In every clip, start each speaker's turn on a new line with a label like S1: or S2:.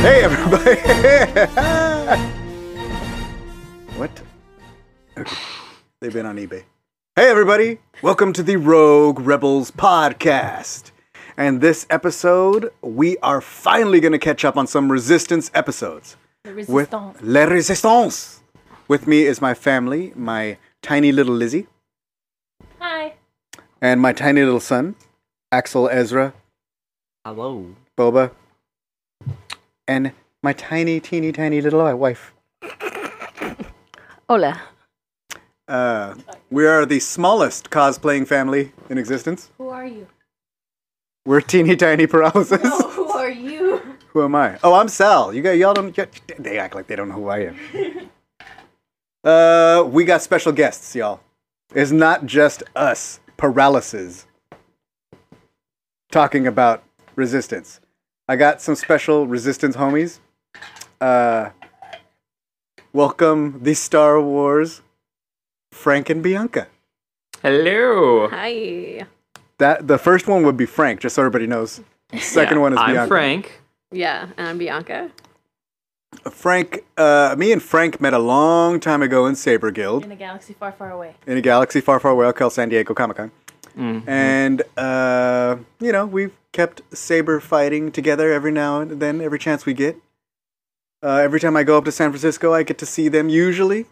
S1: Hey, everybody! what? Okay. They've been on eBay. Hey, everybody! Welcome to the Rogue Rebels podcast. And this episode, we are finally going to catch up on some Resistance episodes with
S2: Resistance.
S1: La Resistance. With me is my family, my tiny little Lizzie,
S2: Hi.
S1: and my tiny little son, Axel Ezra
S3: Hello.
S1: Boba, and my tiny, teeny, tiny little wife.
S4: Hola.
S1: Uh, we are the smallest cosplaying family in existence.
S2: Who are you?
S1: We're teeny tiny paralysis.
S2: who are you?
S1: Who am I? Oh, I'm Sal. You got y'all don't. y- They act like they don't know who I am. uh, we got special guests, y'all. It's not just us paralysis talking about resistance. I got some special resistance homies. Uh, welcome the Star Wars Frank and Bianca.
S3: Hello.
S4: Hi.
S1: That the first one would be Frank, just so everybody knows. The second one is
S3: I'm
S1: Bianca.
S3: Frank.
S4: Yeah, and I'm Bianca.
S1: Frank, uh, me and Frank met a long time ago in Saber Guild
S2: In a galaxy far, far away.
S1: in a galaxy far, far away called San Diego Comic Con,
S3: Mm.
S1: and uh, you know we've kept saber fighting together every now and then, every chance we get. Uh, every time I go up to San Francisco, I get to see them usually,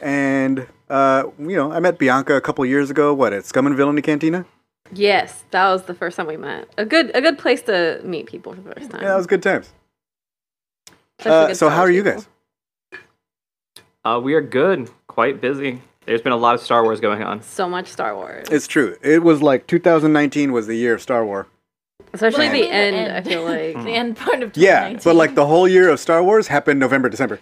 S1: and uh, you know I met Bianca a couple years ago. What at Scum and Villainy Cantina?
S4: Yes, that was the first time we met. A good a good place to meet people for the first time.
S1: Yeah, that was good times.
S4: Such a
S1: Uh,
S4: good
S1: so how
S4: bunch
S1: are
S4: of
S1: you
S4: people.
S1: guys?
S3: Uh, we are good. Quite busy. There's been a lot of Star Wars going on.
S4: So much Star Wars.
S1: It's true. It was like 2019 was the year of Star Wars.
S4: Especially
S2: Well,
S4: the
S2: I mean,
S4: end, I feel
S2: the
S1: Mm.
S4: like.
S2: end part of
S1: Yeah,
S2: 2019.
S1: but like the whole year of Star Wars happened November, December.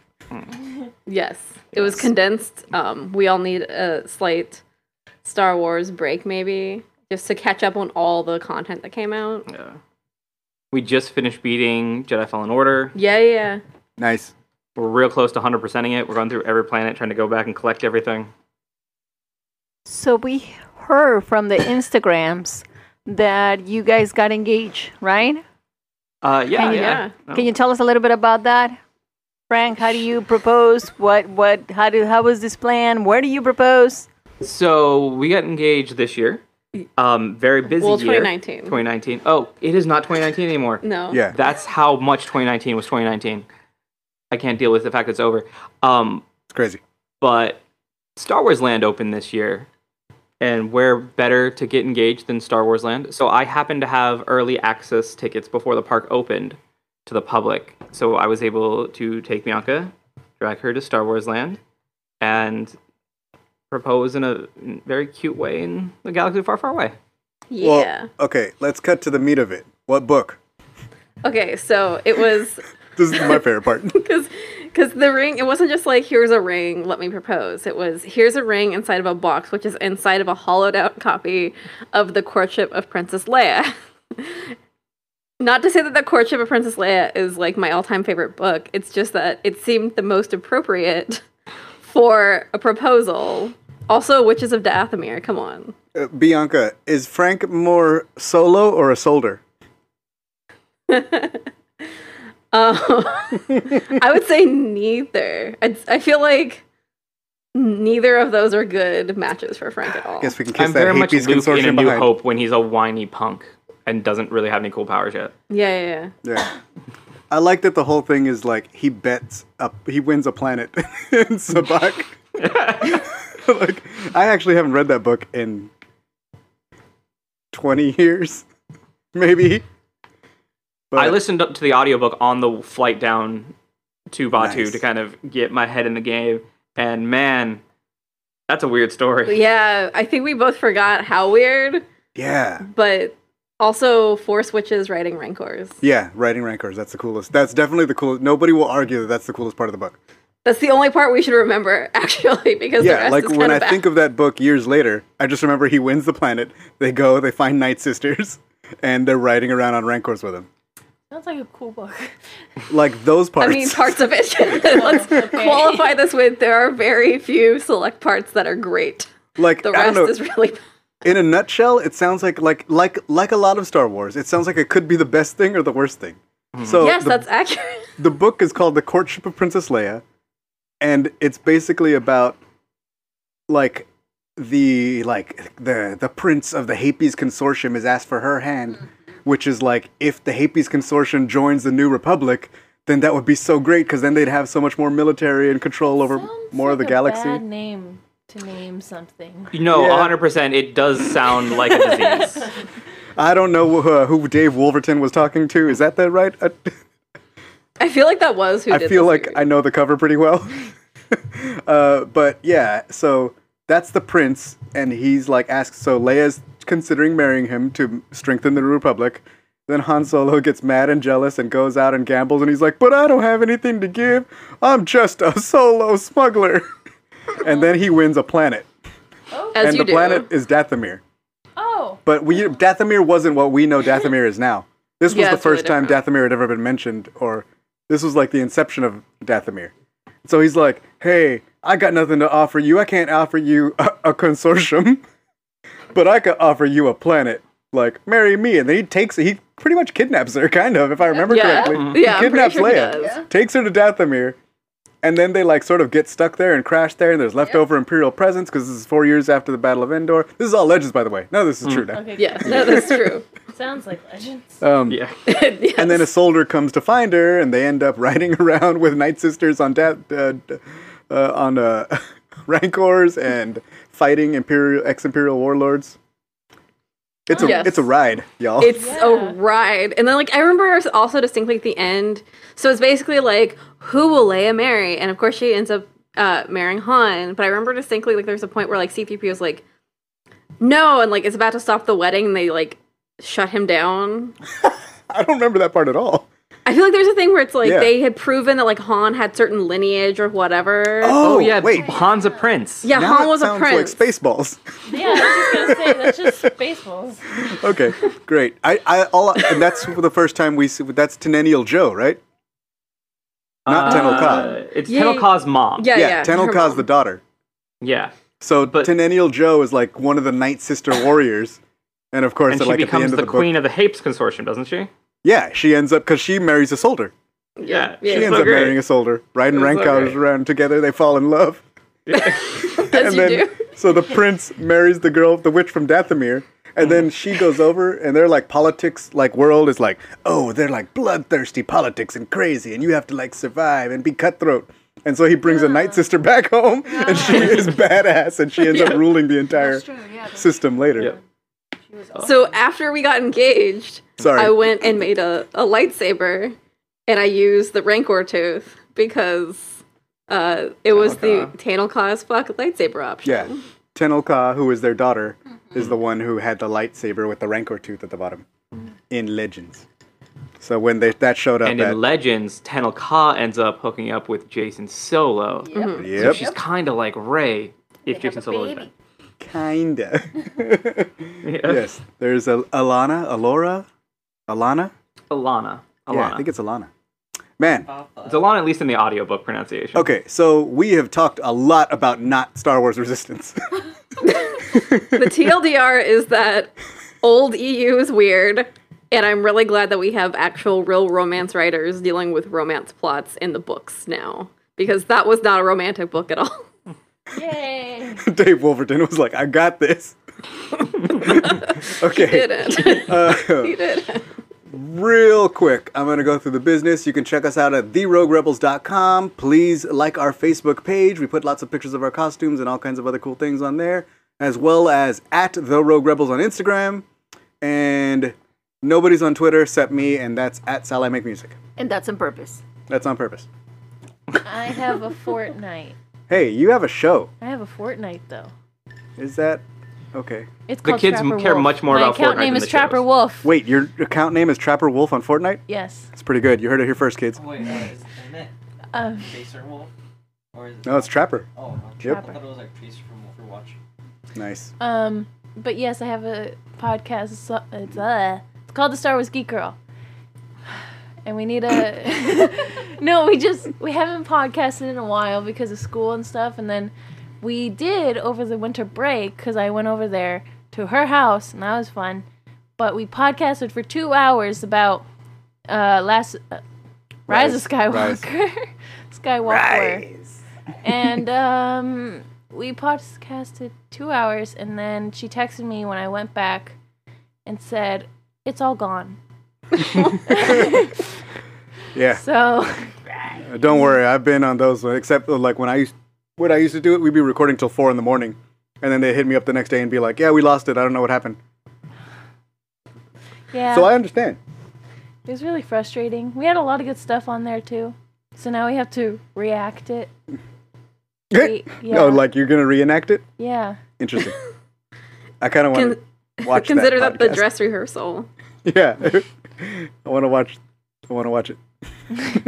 S4: yes. It was condensed. Um, we all need a slight Star Wars break maybe. Just to catch up on all the content that came out.
S3: Yeah. We just finished beating Jedi Fallen Order.
S4: Yeah, yeah.
S1: Nice.
S3: We're real close to 100%ing it. We're going through every planet trying to go back and collect everything.
S5: So we heard from the Instagrams that you guys got engaged, right?
S3: Uh, yeah,
S5: Can you-
S3: yeah. No.
S5: Can you tell us a little bit about that? Frank, how do you propose? What what how do how was this plan? Where do you propose?
S3: So we got engaged this year. Um, very busy
S4: Well,
S3: year.
S4: 2019.
S3: 2019. Oh, it is not 2019 anymore.
S4: No.
S1: Yeah.
S3: That's how much 2019 was 2019. I can't deal with the fact it's over. Um,
S1: It's crazy.
S3: but Star Wars Land opened this year, and where better to get engaged than Star Wars Land? So I happened to have early access tickets before the park opened to the public, so I was able to take Bianca, drag her to Star Wars Land, and propose in a very cute way in the galaxy far, far away.
S1: Well,
S4: Yeah.
S1: okay, let's cut to the meat of it. What book?
S4: Okay, so it was
S1: This is my favorite part.
S4: because because the ring it wasn't just like here's a ring let me propose it was here's a ring inside of a box which is inside of a hollowed out copy of the courtship of princess leia not to say that the courtship of princess leia is like my all-time favorite book it's just that it seemed the most appropriate for a proposal also witches of dathomir come on
S1: Uh, Bianca, is Frank more solo or a soldier?
S4: Um, I would say neither. I, I feel like neither of those are good matches for Frank at all.
S1: I guess we can kiss
S3: I'm
S1: that
S3: very much
S1: hate
S3: Luke in A
S1: consortium
S3: New
S1: behind.
S3: Hope when he's a whiny punk and doesn't really have any cool powers yet.
S4: yeah, yeah, yeah.
S1: Yeah. I like that the whole thing is like he bets up, he wins a planet in Sabak. like, I actually haven't read that book in 20 years, maybe.
S3: I
S1: But-
S3: listened up to the audiobook on the flight down to Batu
S1: Nice.
S3: to kind of get my head in the game. And man, that's a weird
S4: But
S3: story.
S4: yeah, I think we both forgot how weird,
S1: Yeah.
S4: but also Force Witches riding Rancors.
S1: Yeah, writing rancors. That's the coolest. That's definitely the coolest. Nobody will argue that that's the coolest part of the book.
S4: That's the only part we should remember, actually, because the
S1: yeah,
S4: rest
S1: like
S4: is
S1: when
S4: kind
S1: I
S4: of bad.
S1: think of that book years later, I just remember he wins the planet. They go, they find Night Sisters, and they're riding around on rancors with him.
S2: Sounds like a cool book.
S1: Like those
S4: I
S1: parts.
S4: mean, parts of it. Let's qualify this with there are very few select parts that are great.
S1: like
S4: The
S1: I don't
S4: rest
S1: know.
S4: is really
S1: in a nutshell, it sounds like like like like a lot of Star Wars. It sounds like it could be the best thing or the worst thing. So
S4: yes,
S1: the,
S4: that's accurate.
S1: the book is called The Courtship of Princess Leia, and it's basically about like the like the the prince of the Hapes consortium is asked for her hand, which is like if the Hapes consortium joins the New Republic, then that would be so great because then they'd have so much more military and control over
S2: Sounds
S1: more of the
S2: like a
S1: galaxy.
S2: Bad name to name something.
S3: No,
S1: Yeah.
S3: 100%. It does sound like a disease.
S1: I don't know who, uh, who Dave Wolverton was talking to. Is that the right? uh,
S4: I feel like that was who
S1: I
S4: did
S1: feel
S4: this
S1: like
S4: series.
S1: I know the cover pretty well. uh, but yeah, so that's the prince, and he's like asked. So Leia's considering marrying him to strengthen the Republic. Then Han Solo gets mad and jealous and goes out and gambles, and he's like, "But I don't have anything to give. I'm just a solo smuggler." and then he wins a planet,
S4: As
S1: and
S4: you
S1: the
S4: do.
S1: planet is Dathomir.
S2: Oh,
S1: But we Dathomir wasn't what we know Dathomir is now. This was
S4: Yeah,
S1: the
S4: it's really
S1: first time Dathomir had ever been mentioned, or this was like the inception of Dathomir. So he's like, "Hey, I got nothing to offer you. I can't offer you a, a consortium, but I could offer you a planet. Like, marry me." And then he takes he pretty much kidnaps her, kind of, if I remember
S4: Yeah. Mm-hmm.
S1: correctly.
S4: Yeah, I'm
S1: he
S4: pretty
S1: kidnaps
S4: sure he
S1: Leia,
S4: does. Yeah.
S1: takes her to Dathomir, and then they like sort of get stuck there and crash there. And there's leftover Imperial presence because this is four years after the Battle of Endor. This is all legends, by the way. No, this is
S4: Mm.
S1: true now.
S2: okay.
S4: Yeah, no, that's true.
S2: Sounds like legends.
S1: Um,
S3: Yeah.
S4: Yes.
S1: And then a soldier comes to find her, and they end up riding around with Night Sisters on da- uh, d- uh, on uh, Rancors and fighting Imperial ex-Imperial warlords. It's a
S4: Yes.
S1: it's a ride, y'all.
S4: It's
S2: Yeah.
S4: a ride. And then, like, I remember also distinctly at the end. So it's basically like, who will Leia marry? And of course, she ends up uh, marrying Han. But I remember distinctly, like, there's a point where, like, C3PO is like, no. And, like, it's about to stop the wedding. And they, like, shut him down.
S1: I don't remember that part at all.
S4: I feel like there's a thing where it's like
S1: Yeah.
S4: they had proven that, like, Han had certain lineage or whatever.
S3: Oh, yeah.
S1: wait.
S3: Han's a prince.
S4: yeah,
S1: Now
S4: Han
S1: it
S4: was a
S1: sounds
S4: prince.
S1: like Spaceballs.
S2: Yeah, I was just gonna say that's just Spaceballs.
S1: okay, great. I, I all and that's the first time we see that's Tenennial Joe, right? Not Tenel Ka.
S3: Uh, It's
S4: Yeah.
S3: Tenel Ka's mom.
S4: yeah, yeah.
S1: Tenel
S4: her
S1: Ka's
S4: mom.
S1: the daughter.
S3: Yeah.
S1: So
S3: But-
S1: Tenennial Joe is like one of the Night Sister warriors, and of course,
S3: And
S1: at,
S3: she
S1: like, at the
S3: becomes
S1: end
S3: the,
S1: of the book,
S3: queen of the Hapes Consortium, doesn't she?
S1: Yeah, she ends up because she marries a soldier.
S3: Yeah.
S4: yeah.
S1: She
S3: It's
S1: ends
S3: so
S1: up
S3: great.
S1: marrying a soldier, riding
S3: It's so
S1: Rancors
S3: great.
S1: around together. They fall in love,
S4: As you do.
S1: so the prince marries the girl, the witch from Dathomir, and then
S3: Mm-hmm.
S1: she goes over, and their like politics, like world is like, oh, they're like bloodthirsty politics and crazy, and you have to like survive and be cutthroat. And so he brings a night sister back home, and she is badass, and she ends up ruling the entire
S2: yeah.
S1: system later.
S3: Yep.
S4: So after we got engaged,
S1: Sorry.
S4: I went and made a, a lightsaber and I used the Rancor tooth because uh, it was the Tanel Cause fuck lightsaber option.
S1: Yeah. Tenelka, who is their daughter, is the one who had the lightsaber with the rancor tooth at the bottom in Legends. So when they, that showed up,
S3: And
S1: that,
S3: in Legends, Tenel Ka ends up hooking up with Jason Solo. So
S1: Mm-hmm. yep,
S3: she's kind of like Ray if Jason Solo is
S2: baby.
S1: kinda.
S3: back. Yeah.
S1: yes, there's a, Alana, Alora, Alana.
S3: Alana. Alana.
S1: Yeah, I think it's Alana. Man,
S3: It's Alana, at least in the audiobook pronunciation.
S1: okay, so we have talked a lot about not Star Wars Resistance.
S4: The TLDR is that old EU is weird, and I'm really glad that we have actual real romance writers dealing with romance plots in the books now because that was not a romantic book at all.
S2: Yay!
S1: Dave Wolverton was like, "I got this." okay,
S4: Did it?
S1: uh,
S4: He did. it.
S1: real quick, I'm going to go through the business. You can check us out at theroguerebels.com. Please like our Facebook page. We put lots of pictures of our costumes and all kinds of other cool things on there, as well as at the Rogue Rebels on Instagram. And nobody's on Twitter except me, and that's at Sal I Make Music.
S5: And that's on purpose.
S1: That's on purpose.
S2: I have a Fortnite.
S1: Hey, you have a show.
S2: I have a Fortnite though.
S1: Is that okay?
S2: It's
S3: The
S2: called
S3: kids
S2: Trapper
S3: care
S2: Wolf.
S3: much more
S2: My
S3: about
S2: account
S3: Fortnite
S2: name is
S3: than the
S2: Trapper
S3: shows.
S2: Wolf.
S1: Wait, your account name is Trapper Wolf on Fortnite?
S2: Yes.
S1: It's pretty good. You heard it here first, kids.
S6: Wait, uh, is it, I meant
S2: Um,
S6: Tracer Wolf? Or is it,
S1: No, it's Trapper.
S6: oh, okay.
S1: Yep.
S6: I thought it was like Tracer from Overwatch.
S1: Nice.
S4: Uh,
S2: um, but yes, I have a podcast. It's, uh, it's, uh, it's called The Star Wars Geek Girl. and we need a. no, we just we haven't podcasted in a while because of school and stuff, and then we did over the winter break because I went over there to her house and that was fun. But we podcasted for two hours about uh, last uh, Rise, of
S7: Rise.
S2: Skywalker, Skywalker, and um, we podcasted two hours, and then she texted me when I went back and said it's all gone.
S1: Yeah.
S2: So
S1: Uh, Don't worry, I've been on those one, except for, like when I used when I used to do it, we'd be recording till four in the morning, and then they'd hit me up the next day and be like, "Yeah, we lost it. I don't know what happened."
S2: yeah,
S1: So I understand.
S2: it was really frustrating. We had a lot of good stuff on there too, so now we have to react it. We- yeah,
S1: Oh, like you're gonna reenact it?
S2: yeah.
S1: Interesting. I kind of want to watch.
S4: Consider that, the
S1: podcast.
S4: dress rehearsal.
S1: Yeah, I want to watch. I want to watch it.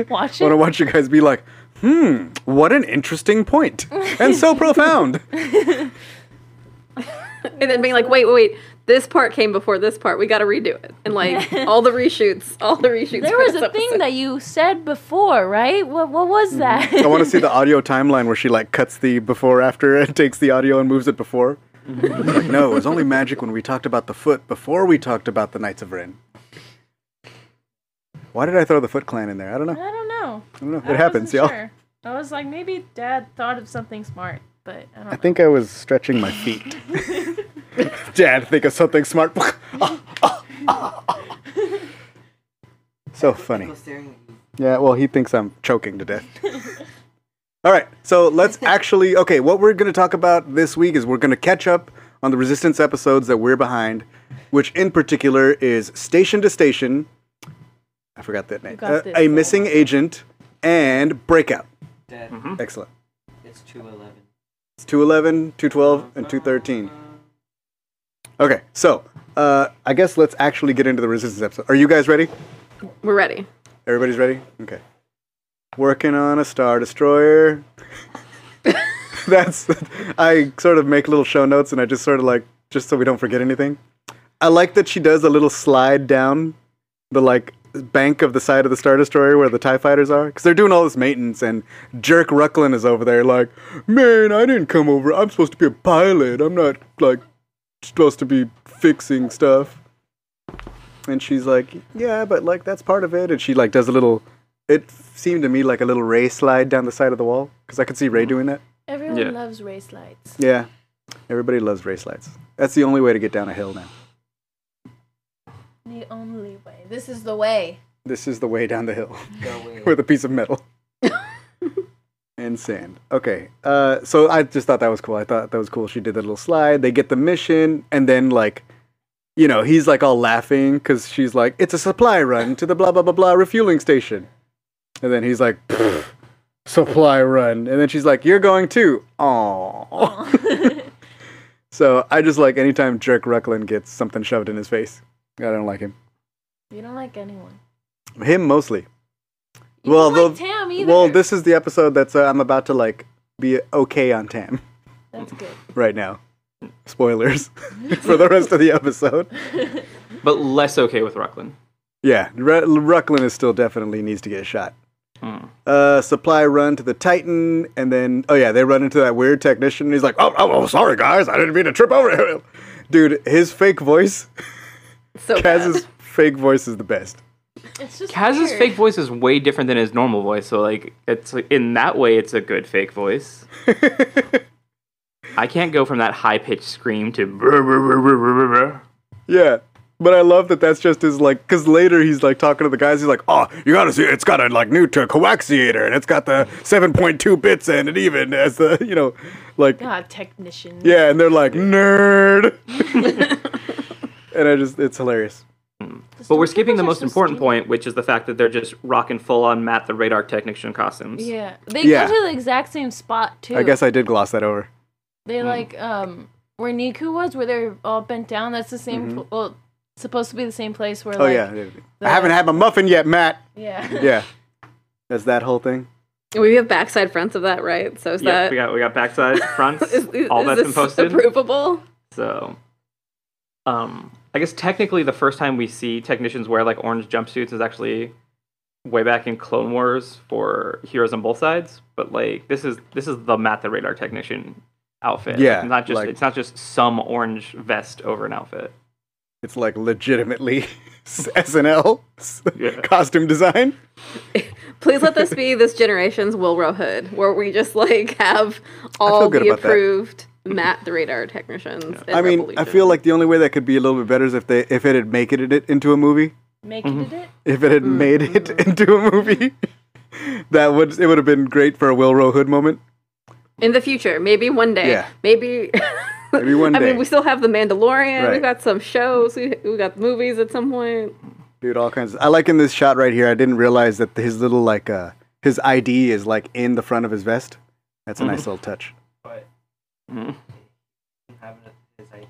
S2: Watch
S1: I want to
S2: it.
S1: watch you guys be like, "Hmm, what an interesting point, and so profound."
S4: And then being like, wait, wait, wait, this part came before this part. We got to redo it. And like all the reshoots, all the reshoots.
S2: There
S4: for
S2: was
S4: this
S2: a thing
S4: episode.
S2: that you said before, right? What what was that?
S1: Mm-hmm. I want to see the audio timeline where she like cuts the before after and takes the audio and moves it before. like, no, it was only magic when we talked about the foot before we talked about the Knights of Ren. Why did I throw the Foot Clan in there? I don't know.
S2: I don't know.
S1: I don't know. It
S2: I
S1: happens, y'all.
S2: wasn't Sure. I was like, maybe Dad thought of something smart, but I don't.
S1: I think I was stretching my feet. Dad, think of something smart. so funny.
S6: People staring at you.
S1: Yeah, well, he thinks I'm choking to death. All right, so let's actually. Okay, what we're going to talk about this week is we're going to catch up on the Resistance episodes that we're behind, which in particular is Station to Station. I forgot that name.
S2: got
S1: Uh,
S2: this.
S1: a Missing Agent and Breakout.
S6: Dead.
S1: Hmm. Excellent.
S6: It's 211.
S1: It's 211, 212, and 213. Okay, so uh, I guess let's actually get into the Resistance episode. Are you guys ready?
S4: We're ready.
S1: Everybody's ready? Okay. Working on a Star Destroyer. That's. I sort of make little show notes and I just sort of like, just so we don't forget anything. I like that she does a little slide down the like bank of the side of the Star Destroyer where the TIE fighters are. Because they're doing all this maintenance and Jerk Rucklin is over there like, man, I didn't come over. I'm supposed to be a pilot. I'm not like supposed to be fixing stuff. And she's like, "Yeah, but like that's part of it." And she like does a little. It seemed to me like a little Ray slide down the side of the wall because I could see Ray doing that.
S2: Everyone
S3: Yeah.
S2: loves race lights.
S1: Yeah, everybody loves Ray slides. That's the only way to get down a hill now.
S2: The only way. This is the way.
S1: This is the way down the hill
S6: Go away.
S1: with a piece of metal and sand. Okay, uh, so I just thought that was cool. I thought that was cool. She did that little slide. They get the mission, and then like, you know, he's like all laughing because she's like, "It's a supply run to the blah blah blah blah refueling station," and then he's like. "Pfft, Supply run, and then she's like, "You're going too." Aww. so I just like anytime Jerk Rucklin gets something shoved in his face. I don't like him.
S2: You don't like anyone.
S1: Him mostly.
S2: You
S1: Well,
S2: don't
S1: the-
S2: like Tam either.
S1: Well, this is the episode that's uh, I'm about to like be okay on Tam
S2: That's good.
S1: right now. Spoilers for the rest of the episode.
S3: but less okay with Rucklin.
S1: Yeah, Ru- Rucklin is still definitely needs to get a shot.
S3: Mm.
S1: Uh, supply run to the Titan, and then oh yeah, they run into that weird technician. And he's like, oh, oh, oh, sorry guys, I didn't mean to trip over him. Dude, his fake voice,
S4: So bad.
S1: Kaz's fake voice is the best.
S2: It's just
S3: Kaz's
S2: weird.
S3: fake voice is way different than his normal voice, so like it's like, in that way it's a good fake voice. I can't go from that high pitched scream to brr, brr, brr, brr, brr, brr, brr.
S1: Yeah. But I love that that's just his like, because later he's like talking to the guys. He's like, "Oh, you gotta see, it's got a like new to coaxiator, and it's got the 7.2 bits in it, even as the you know, like
S2: God, technician.
S1: yeah." And they're like, "Nerd," and I just, it's hilarious.
S3: But we're skipping
S2: Stormtroopers
S3: the
S2: are
S3: most
S2: so
S3: important
S2: stupid.
S3: point, which is the fact that they're just rocking full on Matt the radar technician costumes.
S2: Yeah, they
S1: Yeah.
S2: go to the exact same spot too.
S1: I guess Mm. I did gloss that over.
S2: they like um where Niku was, where they're all bent down. That's the same. pl- well, it's supposed to be the same place where.
S1: Mm-hmm. Oh
S2: like,
S1: yeah, I haven't had my muffin yet, Matt.
S2: Yeah.
S1: Yeah, that's that whole thing.
S4: we have backside fronts of that, right? So is
S3: Yeah,
S4: that
S3: we got we got backside fronts,
S4: is- is-
S3: all
S4: is
S3: that's been
S4: this
S3: posted.
S4: approvable?
S3: So, um, I guess technically the first time we see technicians wear like orange jumpsuits is actually way back in Clone Wars for heroes on both sides, but like this is this is the Matt the radar technician outfit.
S1: Yeah,
S3: It's not just
S1: like-
S3: it's not just some orange vest over an outfit.
S1: It's like legitimately SNL 's
S3: Yeah.
S1: costume design.
S4: Please let this be this generation's Wilro Hood, where we just like have
S1: feel
S4: all
S1: good
S4: the
S1: about that.
S4: approved Matt the radar technicians. in
S1: I mean, I
S4: Revolution.
S1: feel like the only way that could be a little bit better is if they if it had make it, it into a movie.
S2: Make
S1: Mm-hmm.
S2: it
S3: Mhm.
S2: it.
S1: If it had made it into a movie, that would it would have been great for a Will Rowe Hood moment.
S4: in the future, maybe one day,
S1: Yeah.
S4: maybe.
S1: Maybe one
S4: I
S1: day.
S4: mean, we still have the Mandalorian.
S1: Right.
S4: We've got some shows. We we got movies at some point.
S1: Dude, all kinds. I like in this shot right here. I didn't realize that his little like uh his ID is like in the front of his vest. That's a nice little touch.
S6: but
S1: Hmm.
S3: Mhm.
S6: having his ID.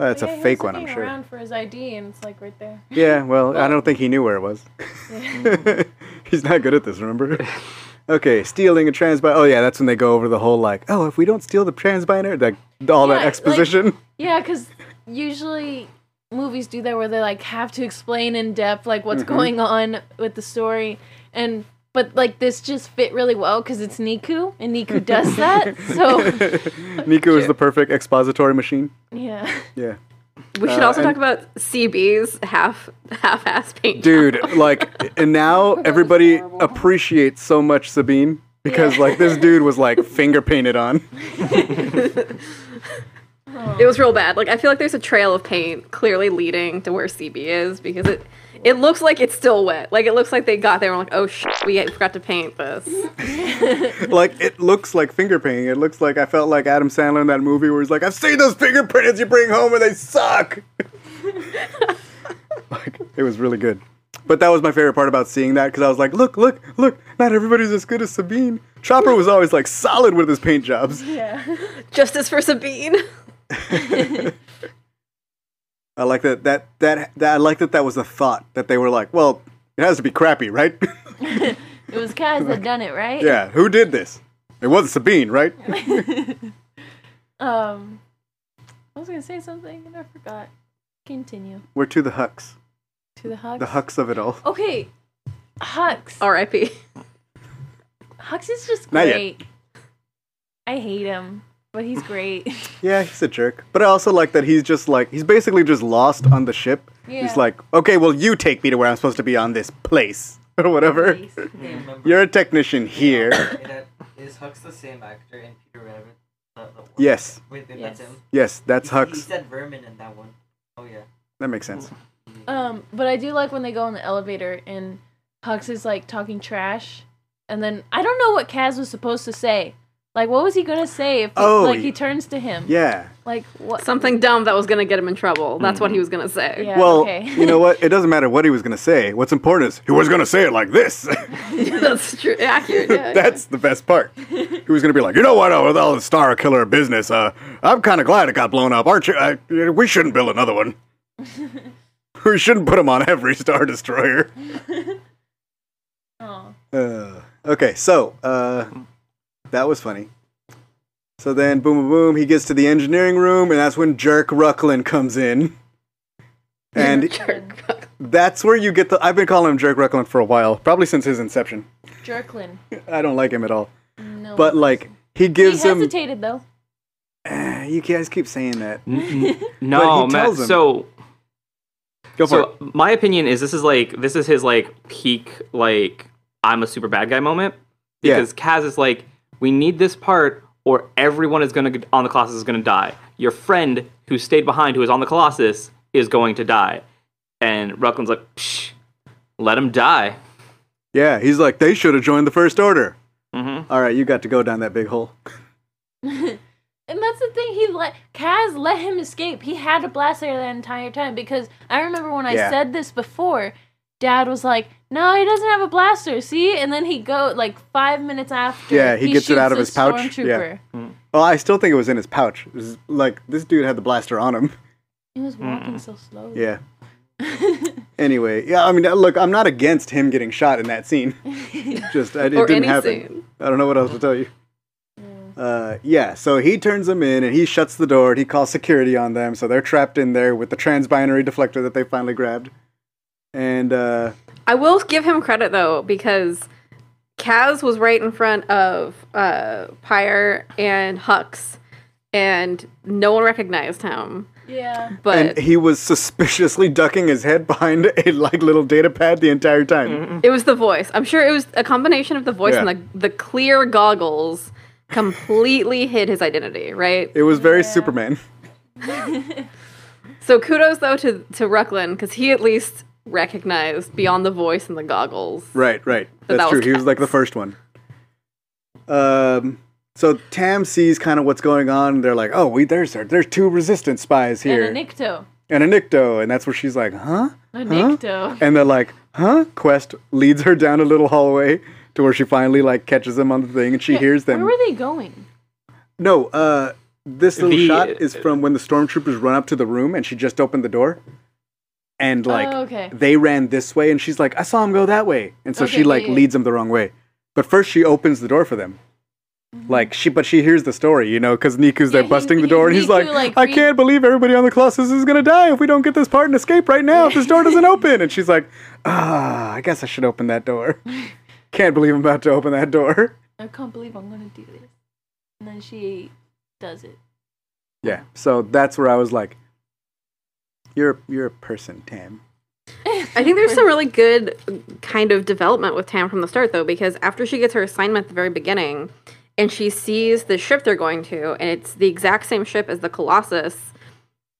S1: Oh, that's
S2: Yeah, he
S1: a
S2: was
S1: fake one, I'm
S2: looking
S1: sure.
S2: Around for his ID, and it's like right there.
S1: Yeah, well, I don't think he knew where it was. He's not good at this, remember? Okay, stealing a transbiner. Oh yeah, that's when they go over the whole like, oh, if we don't steal the transbiner, like all
S2: Yeah,
S1: that
S2: like-
S1: exposition.
S2: Yeah, because usually movies do that where they like have to explain in depth like what's
S1: Mm-hmm.
S2: going on with the story, and but like this just fit really well because it's Niku and Niku does that. So
S1: Niku is the perfect expository machine.
S2: yeah,
S1: Yeah.
S4: We should
S1: Uh,
S4: also
S1: and-
S4: talk about CB's half half ass paint.
S1: Dude, like and now everybody appreciates so much Sabine because like this dude was like finger painted on.
S4: It was real bad. Like I feel like there's a trail of paint clearly leading to where CB is because it it looks like it's still wet. Like it looks like they got there and were like, oh shit, we forgot to paint this.
S1: Like it looks like finger painting. It looks like I felt like Adam Sandler in that movie where he's like, I've seen those fingerprints you bring home and they suck. like it was really good. But that was my favorite part about seeing that because I was like, look, look, look, not everybody's as good as Sabine. Chopper was always like solid with his paint jobs.
S2: yeah.
S4: Justice for Sabine.
S1: I like that that that, that I like that that was a thought that they were like, well, it has to be crappy, right?
S2: It was Kaz that done it, right?
S1: yeah, who did this? It wasn't Sabine, right?
S2: Um, I was gonna say something and I forgot. Continue
S1: We're to the Hucks,
S2: to the Hux.
S1: the Hucks of it all.
S2: Okay, Hux.
S4: R.I.P.
S2: Hux is just
S1: Not yet.
S2: great. I hate him, but he's great.
S1: Yeah, he's a jerk, but I also like that he's just like he's basically just lost on the ship.
S2: Yeah.
S1: He's like, okay, well, you take me to where I'm supposed to be on this place or whatever.
S6: Hey, remember,
S1: You're a technician here.
S6: it, uh, is Hux the same actor in Peter Rabbit? The, the one-
S1: yes,
S6: Wait, wait that's
S2: Yes.
S6: him.
S1: yes, that's
S6: He- He
S1: Hux.
S6: said vermin in that one. Oh yeah.
S1: That makes sense.
S2: Um, but I do like when they go in the elevator and Hux is like talking trash, and then I don't know what Kaz was supposed to say. Like, what was he gonna say if
S1: Oh,
S2: like
S1: yeah.
S2: he turns to him?
S1: Yeah.
S2: Like what?
S4: Something dumb that was gonna get him in trouble. That's what he was gonna say.
S2: Yeah,
S1: well,
S2: okay.
S1: you know what? It doesn't matter what he was gonna say. What's important is he was gonna say it like this.
S4: That's true. Accurate. Yeah,
S1: That's the best part. He was gonna be like, you know what? Uh, with all the Star Killer business, uh, I'm kind of glad it got blown up. Aren't you? Uh, we shouldn't build another one. we shouldn't put him on every Star Destroyer.
S2: Oh.
S1: Uh, okay, so uh, that was funny. So then, boom, boom, boom, he gets to the engineering room, and that's when Jerk Rucklin comes in. And
S4: yeah.
S1: that's where you get the. I've been calling him Jerk Rucklin for a while, probably since his inception.
S2: Jerklin.
S1: I don't like him at all.
S2: No.
S1: But, like, he
S2: he
S1: gives him.
S2: hesitated though.
S1: Eh, you guys keep saying that.
S3: No,
S1: he
S3: Matt.
S1: tells him.
S3: So
S1: Go for it.
S3: so my opinion is this is like this is his like peak like I'm a super bad guy moment
S1: Yeah.
S3: because Kaz is like we need this part or everyone is gonna on the Colossus is gonna die. Your friend who stayed behind who is on the Colossus is going to die, and Rucklin's like, Psh, let him die.
S1: Yeah, he's like, they should have joined the First Order.
S3: Mhm.
S1: All right, you got to go down that big hole.
S2: And that's the thing. He let Kaz let him escape. He had a blast there that entire time because I remember when I
S1: Yeah.
S2: said this before. Dad was like, "No, he doesn't have a blaster. See?" And then he go like five minutes after.
S1: Yeah, he gets it
S2: shoots
S1: out of
S2: a
S1: his pouch. Yeah.
S2: stormtrooper.
S1: Well, Oh, I still think it was in his pouch. It was like, this dude had the blaster on him.
S2: He was walking so slow.
S1: Yeah. anyway, yeah, I mean, look, I'm not against him getting shot in that scene. Just, I, it
S4: Or
S1: didn't
S4: any
S1: happen.
S4: scene.
S1: I don't know what else to tell you. Uh, yeah, so he turns them in and he shuts the door and he calls security on them, so they're trapped in there with the transbinary deflector that they finally grabbed. And uh,
S4: I will give him credit though because Kaz was right in front of uh, Pyre and Hux, and no one recognized him.
S2: Yeah.
S4: But
S1: and he was suspiciously ducking his head behind a like little data pad the entire time.
S4: it was the voice. I'm sure it was a combination of the voice
S1: Yeah.
S4: and the the clear goggles completely hid his identity. Right.
S1: It was very Superman.
S4: So kudos though to to Rucklin because he at least recognized beyond the voice and the goggles.
S1: Right, right.
S4: But
S1: That's
S4: that
S1: true.
S4: was
S1: He was like the first one. Um, so Tam sees kind of what's going on. They're like, "Oh, we there's there's two resistance spies here
S2: And a Nikto.
S1: and a Nikto," and that's where she's like, "Huh?"
S2: A Nikto.
S1: And they're like, "Huh?" Quest leads her down a little hallway to where she finally like catches them on the thing, and she hears them.
S2: Where were they going?
S1: No, uh, this little
S3: The-
S2: uh,
S1: shot is from when the stormtroopers run up to the room and she just opened the door. And like
S2: Oh, okay.
S1: they ran this way and she's like, I saw him go that way. And so
S2: Okay,
S1: she like
S2: yeah, yeah.
S1: leads them the wrong way. But first she opens the door for them. Like she but she hears the story, you know, because Niku's there
S2: Mm-hmm. Yeah, he-
S1: busting the
S2: he-
S1: door and he's
S2: Niku,
S1: like,
S2: like,
S1: I
S2: re-
S1: can't believe everybody on the Colossus is gonna die if we don't get this part and escape right now if this door doesn't open. And she's like, Ah, I guess I should open that door. can't believe I'm about to open that door.
S2: I can't believe I'm gonna do this. And then she does it.
S1: Yeah. So that's where I was like, "You're you're a person, Tam."
S4: I think there's some really good kind of development with Tam from the start, though, because after she gets her assignment at the very beginning and she sees the ship they're going to, and it's the exact same ship as the Colossus,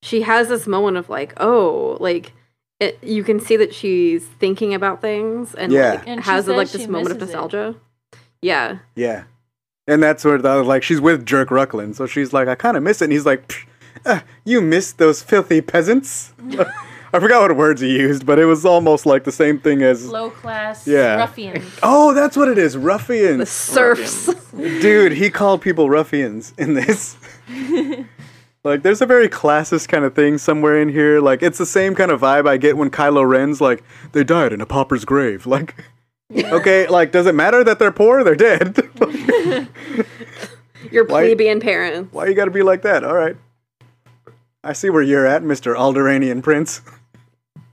S4: she has this moment of like, oh, like it, you can see that she's thinking about things and,
S1: Yeah.
S4: like,
S2: And she
S4: has
S2: says
S4: like
S2: she
S4: this moment of
S2: misses it.
S4: nostalgia. Yeah.
S1: Yeah. And that's where I was like, she's with Jerk Rucklin, so she's like, "I kind of miss it." And he's like, "Psh, uh, "You miss those filthy peasants." I forgot what words he used, but it was almost like the same thing as.
S2: Low class
S1: Yeah.
S2: ruffians.
S1: Oh, that's what it is,
S4: The
S1: ruffians.
S4: serfs.
S1: Dude, he called people ruffians in this. like, there's a very classist kind of thing somewhere in here. Like, it's the same kind of vibe I get when Kylo Ren's like, "They died in a pauper's grave." Like. Okay, like, does it matter that they're poor? They're dead.
S4: Your
S1: Why-
S4: plebeian parents.
S1: Why you gotta be like that? All right. I see where you're at, Mr. Alderanian Prince.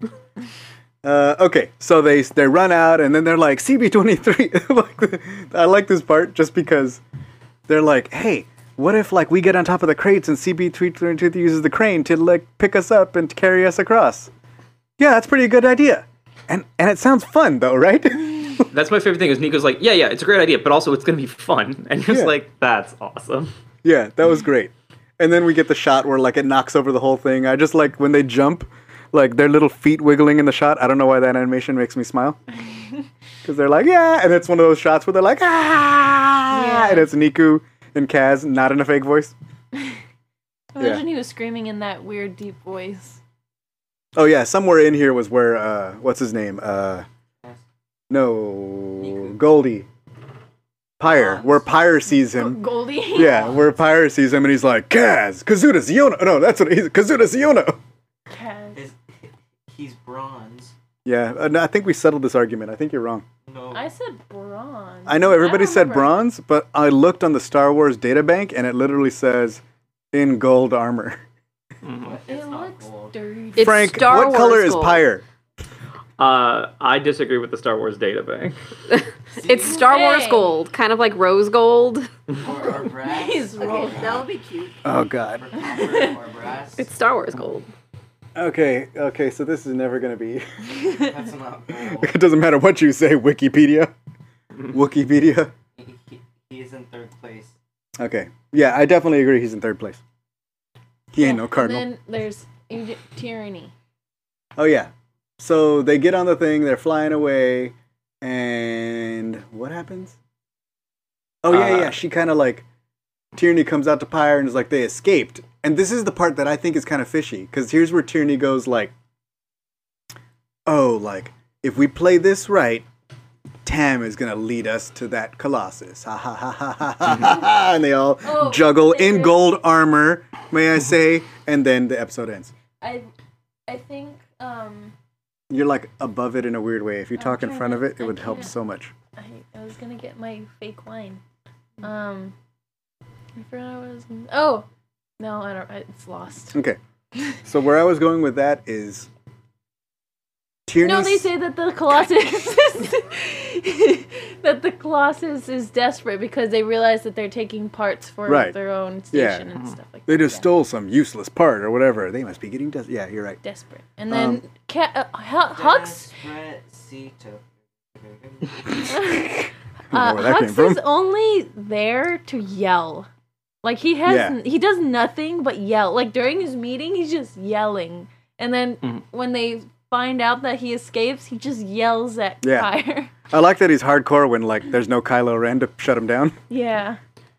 S1: uh, okay, so they they run out and then they're like CB23. like, I like this part just because they're like, hey, what if like we get on top of the crates and CB322 uses the crane to like pick us up and carry us across? Yeah, that's pretty good idea. And and it sounds fun though, right?
S3: That's my favorite thing is Nico's like, yeah, yeah, it's a great idea, but also it's gonna be fun. And he's
S1: Yeah.
S3: like, that's awesome.
S1: Yeah, that was great. And then we get the shot where like it knocks over the whole thing. I just like when they jump, like their little feet wiggling in the shot. I don't know why that animation makes me smile. Because they're like, yeah, and it's one of those shots where they're like, ah,
S2: Yeah.
S1: and it's Niku and Kaz, not in a fake voice.
S2: Imagine he was screaming in that weird deep voice.
S1: Oh yeah, somewhere in here was where uh, what's his name? Uh, no, Goldie, Pyre. Where Pyre sees him.
S2: Goldie.
S1: Yeah, where Pyre sees him and he's like, Kaz, Kazuda Ziono. No, that's what he's Kazuda Ziono.
S2: Kaz.
S6: Is he's bronze?
S1: Yeah, uh, no, I think we settled this argument. I think you're wrong.
S6: No.
S2: I said bronze.
S1: I know everybody
S2: don't
S1: said
S2: remember.
S1: bronze, but I looked on the Star Wars databank and it literally says in gold armor.
S6: but it's
S2: It
S6: not
S2: looks
S6: gold.
S2: dirty.
S4: It's
S1: Frank,
S4: Star
S1: what
S4: Wars
S1: color is
S4: gold.
S1: Pyre?
S3: Uh, I disagree with the Star Wars databank.
S4: It's Star Wars
S2: Hey.
S4: gold, kind of like rose gold.
S6: Or, or brass.
S2: He's wrong.
S7: That would be cute.
S1: Oh god.
S6: Or copper or brass.
S4: It's Star Wars gold.
S1: Okay, okay, so this is never gonna be.
S6: That's not gold.
S1: it doesn't matter what you say, Wikipedia. Wikipedia.
S6: He, he, he is in third place.
S1: Okay. Yeah, I definitely agree he's in third place. He ain't no
S2: And
S1: cardinal.
S2: then there's Agent Tyranny.
S1: Oh yeah. So they get on the thing, they're flying away, and what happens? Oh yeah,
S3: Uh,
S1: yeah. She kind of like Tierney comes out to Pyre and is like, "They escaped." And this is the part that I think is kind of fishy because here's where Tierney goes like, "Oh, like if we play this right." Tam is gonna lead us to that colossus, ha ha ha ha ha ha, ha, ha. and they all
S2: Oh,
S1: juggle
S2: there
S1: in
S2: is-
S1: gold armor, may I say? And then the episode ends.
S2: I, I think um,
S1: You're like above it in a weird way. If you talk in
S2: trying
S1: front
S2: to-
S1: of it, it
S2: I
S1: would help
S2: can't.
S1: so much.
S2: I, I was gonna get my fake wine. Um, I forgot what I was. Gonna, oh, no, I don't. It's lost.
S1: Okay. So where I was going with that is Tierney's,
S2: No, they say that the Colossus is, that the Colossus is desperate because they realize that they're taking parts for
S1: Right.
S2: their own
S1: Yeah.
S2: station and stuff like
S1: they
S2: that.
S1: just stole some useless part or whatever. They must be getting des- Yeah, you're right.
S2: desperate. And then
S1: Um,
S2: Ca- uh, Hu- Hux
S6: Desperate sea to-
S1: I
S2: uh,
S1: don't know where that came
S2: Hux
S1: from.
S2: is only there to yell. Like he has
S1: Yeah.
S2: he does nothing but yell. Like during his meeting he's just yelling. And then
S3: Mhm.
S1: Mm-hmm.
S2: when they find out that he escapes, he just yells at
S1: Yeah.
S2: fire.
S1: I like that he's hardcore when like there's no Kylo Ren to shut him down.
S2: yeah.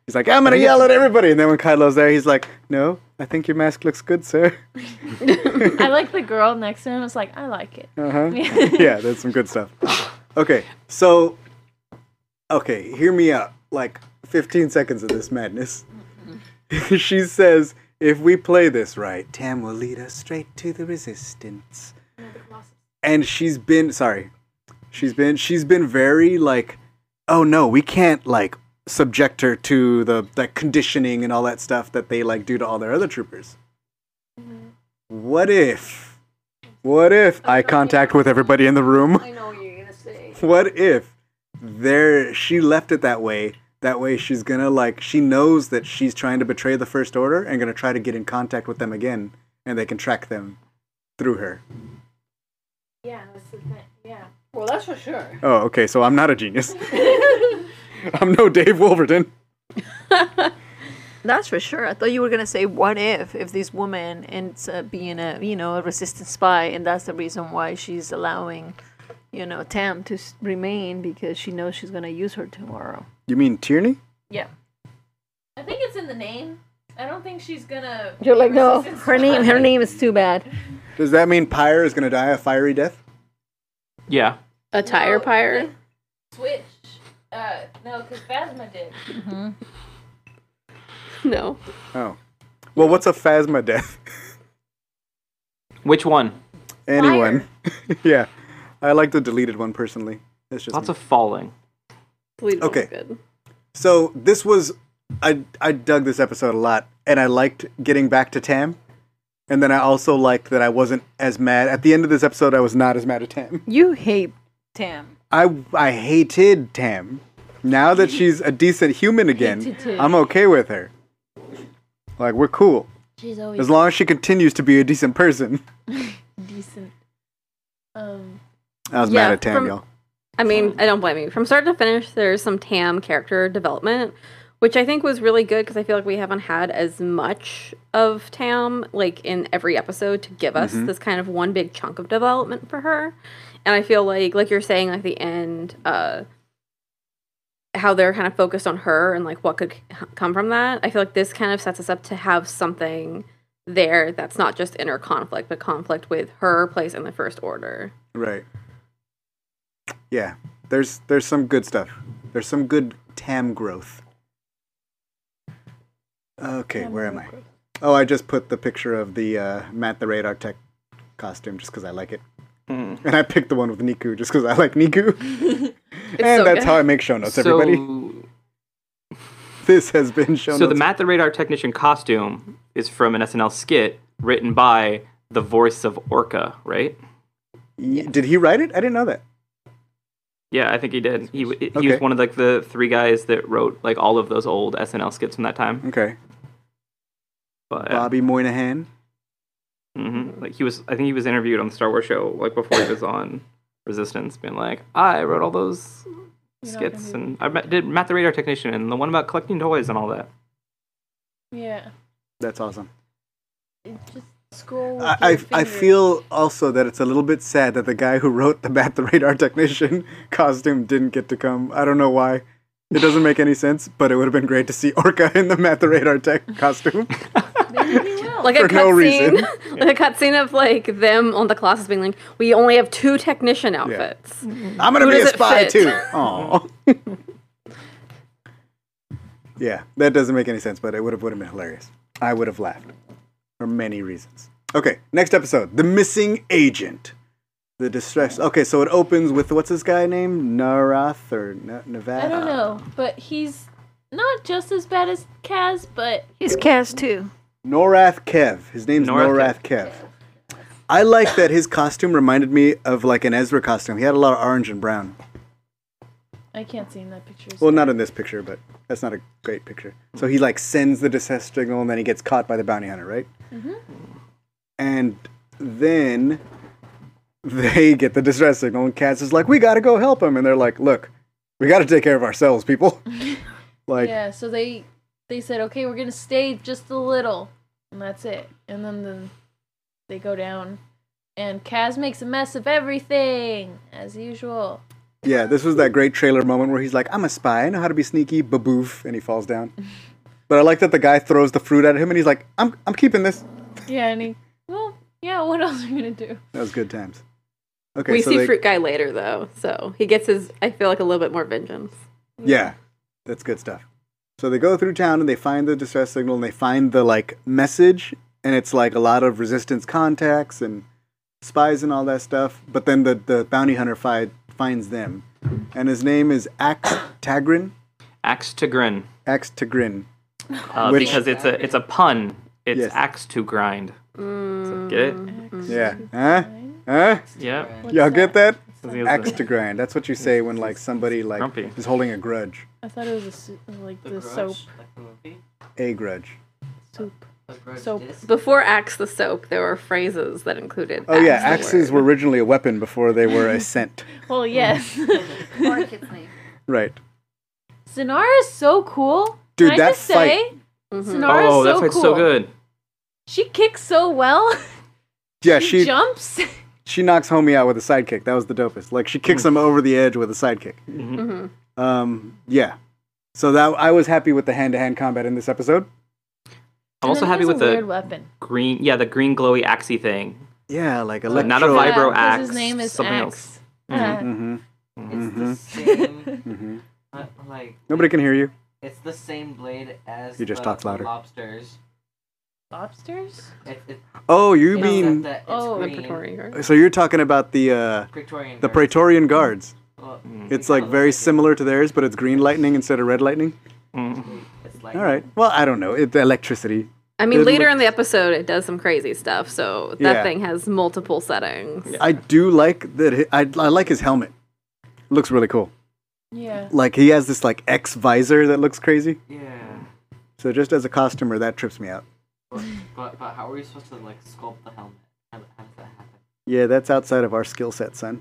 S1: He's like, I'm gonna yell at everybody, and then when Kylo's there, he's like, No, I think your mask looks good, sir.
S2: I like the girl next to him. It's like I like it.
S1: Uh huh. yeah, that's some good stuff. Okay, so, okay, hear me out. Like 15 seconds of this madness. she says, if we play this right, Tam will lead us straight to the resistance. And she's been sorry, she's been she's been very like, oh no, we can't like subject her to the like conditioning and all that stuff that they like do to all their other troopers. What if? What if eye contact with everybody in the room?
S7: I know what you're gonna say.
S1: what if there she left it that way that way she's gonna like she knows that she's trying to betray the first order and gonna try to get in contact with them again and they can track them through her
S2: Yeah, that's the thing. Yeah.
S7: Well, that's for sure.
S1: oh okay so i'm not a genius i'm no dave wolverton
S5: That's for sure. I thought you were gonna say, "What if if this woman ends up being a you know a resistance spy, and that's the reason why she's allowing, you know, Tam to s- remain because she knows she's gonna use her tomorrow."
S1: you mean tierney
S2: Yeah. I think it's in the name. I don't think she's gonna.
S5: You're like, no, her name, her name is too bad.
S1: does that mean pyre is gonna die a fiery death
S3: Yeah.
S4: A tire
S2: No,
S4: pyre?
S2: Switch. Uh, no, because Phasma did.
S4: No.
S1: oh well what's a phasma death
S3: Which one?
S1: anyone yeah i like the deleted one personally that's just
S3: Lots
S1: me.
S3: of falling.
S4: Bleed
S1: Okay.
S4: okay. Good.
S1: So this was I I dug this episode a lot and I liked getting back to Tam. And then I also liked that I wasn't as mad at the end of this episode I was not as mad at Tam.
S5: You hate Tam.
S1: I I hated Tam. Now that she's a decent human again,
S2: Hated it.
S1: I'm okay with her. Like we're cool.
S2: She's always
S1: As long as she continues to be a decent person.
S2: decent. Um.
S1: I was
S4: Yeah,
S1: mad at Tam,
S4: from-
S1: y'all.
S4: I mean, I don't blame you. From start to finish, there's some Tam character development, which I think was really good because I feel like we haven't had as much of Tam like in every episode to give us this kind of one big chunk of development for her. And I feel like, like you're saying, like the end, uh, how they're kind of focused on her and like what could c- come from that. I feel like this kind of sets us up to have something there that's not just inner conflict, but conflict with her place in the First Order.
S1: Right. Yeah. There's there's some good stuff. There's some good tam growth. Okay, where am I? Oh, I just put the picture of the uh, Matt the Radar Tech costume just because I like it.
S3: Mm.
S1: And I picked the one with Niku just because I like Niku. and
S4: so
S1: that's
S4: good.
S1: how I make show notes, everybody.
S3: So,
S1: This has been show
S3: so the
S1: notes.
S3: Matt the Radar Technician costume is from an SNL skit written by the voice of Orca, right?
S1: Y- Did he write it? I didn't know that.
S3: Yeah, I think he did. He, w- he
S1: Okay.
S3: was one of like the three guys that wrote like all of those old SNL skits from that time.
S1: Okay.
S3: But
S1: Bobby Moynihan.
S3: mhm. like he was, I think he was interviewed on the Star Wars show like before he was on Resistance, being like, I wrote all those skits and I met- did Matt the Radar Technician and the one about collecting toys and all that.
S2: Yeah.
S1: That's awesome.
S2: It just scroll. With
S1: I,
S2: your
S1: I, I
S2: finger.
S1: feel also that it's a little bit sad that the guy who wrote the Bat the Radar Technician costume didn't get to come. I don't know why. It doesn't make any sense, but it would have been great to see Orca in the Matt the Radar Tech costume.
S4: like a
S1: For no
S4: cutscene,
S1: reason.
S4: like a cutscene of like them on the Colossus being like, "We only have two technician outfits."
S1: I'm gonna
S4: Who
S1: be a
S4: does it
S1: spy
S4: fit?
S1: too. Aw. yeah, that doesn't make any sense, but it would have would have been hilarious. I would have laughed for many reasons. Okay, next episode: the missing agent, the distress. Okay, so it opens with what's this guy named Narath or N- Nevada?
S2: I don't know, but he's not just as bad as Kaz, but
S5: He's cast too.
S1: Norath Kev. His name's
S3: Norath
S1: Norath Kev. I like that his costume reminded me of like an Ezra costume. He had a lot of orange and brown.
S2: I can't see in that picture.
S1: Well, not in this picture, but that's not a great picture. So he like sends the distress signal, and then he gets caught by the bounty hunter, right?
S4: Mm-hmm.
S1: And then they get the distress signal, and Katz is like, "We got to go help him," and they're like, "Look, we got to take care of ourselves, people." like,
S2: yeah, so they they said, okay, we're gonna stay just a little, and that's it. And then, then they go down, and Kaz makes a mess of everything as usual.
S1: yeah, this was that great trailer moment where he's like, "I'm a spy. I know how to be sneaky." Baboof, and he falls down. But I like that the guy throws the fruit at him, and he's like, "I'm, I'm keeping this."
S2: Yeah, and he well, yeah. What else are we gonna do?
S1: That was good times. Okay,
S4: we
S1: so
S4: see
S1: they-
S4: Fruit Guy later though, so he gets his. I feel like a little bit more vengeance.
S1: Yeah, that's good stuff. So they go through town and they find the distress signal and they find the like message and it's like a lot of resistance contacts and spies and all that stuff. But then the, the bounty hunter fi- finds them, and his name is Axe Tagrin.
S3: Axe to grin,
S1: Axe Tagrin.
S3: uh,
S1: Which-
S3: because it's a it's a pun. It's
S1: Yes.
S3: axe to grind. So get it?
S1: Yeah. Huh? Huh?
S3: Yeah.
S1: Y'all get that?
S3: Because he has
S1: Axe
S3: the-
S1: to grind. That's what you say when like somebody like
S3: Grumpy.
S1: is holding a grudge.
S2: I thought it was a su- like
S6: The,
S2: the,
S6: grudge,
S2: soap
S6: like the movie.
S1: A grudge.
S2: soup.
S6: The grudge
S2: Soap.
S6: disc.
S4: Before Axe the Soap, there were phrases that included.
S1: Oh yeah,
S4: Axe the
S1: axes
S4: word.
S1: were originally a weapon before they were a scent.
S2: Well, yes.
S7: Or a kid's name.
S1: Right.
S2: Sonara is so cool.
S1: Dude,
S2: Can I
S1: that
S2: just say,
S4: Mhm.
S2: Sonara
S3: Oh,
S2: is
S3: that
S2: so
S3: fight's
S2: cool.
S3: so good.
S2: She kicks so well.
S1: Yeah,
S2: she,
S1: she
S2: jumps.
S1: she knocks homie out with a sidekick. That was the dopest. Like she kicks him over the edge with a sidekick.
S2: Mm-hmm.
S4: Mhm.
S1: Um, yeah. So that I was happy with the hand-to-hand combat in this episode.
S3: I'm
S2: And
S3: also
S2: then
S3: happy
S2: he has
S3: with
S2: a
S3: the
S2: weird weapon.
S3: green, yeah, the green glowy axey thing.
S1: Yeah, like
S3: But
S1: electro.
S3: not a vibro
S2: Yeah, 'cause
S3: axe.
S2: His name is
S3: something
S2: Axe. Uh,
S3: else.
S2: Yeah.
S1: hmm
S6: It's
S1: Mhm.
S6: the same.
S1: hmm
S6: uh, like
S1: Nobody can hear you.
S6: It's the same blade as
S1: You just
S6: the
S1: talk louder.
S6: lobsters.
S2: Lobsters?
S6: It, it,
S1: Oh, you
S6: it's
S1: mean?
S6: that- that it's
S2: Oh.
S4: The
S6: green.
S4: Praetorian Guard.
S1: So you're talking about the uh, the
S6: Praetorian. Guard.
S1: Praetorian Guards?
S6: Well,
S3: Mm.
S1: It's like very similar to theirs, but it's green lightning instead of red lightning.
S3: Mm.
S6: It's like
S1: All right. Well, I don't know. It, electricity.
S4: I mean,
S1: It
S4: later
S1: looks-
S4: in the episode, it does some crazy stuff. So that
S1: Yeah.
S4: thing has multiple settings.
S1: I do like that. hi- I I like his helmet. Looks really cool.
S2: Yeah.
S1: Like he has this like X visor that looks crazy.
S6: Yeah.
S1: So just as a costumer, that trips me out.
S6: But, but but how are you supposed to like sculpt the helmet? How, how does that happen?
S1: Yeah, that's outside of our skill set, son.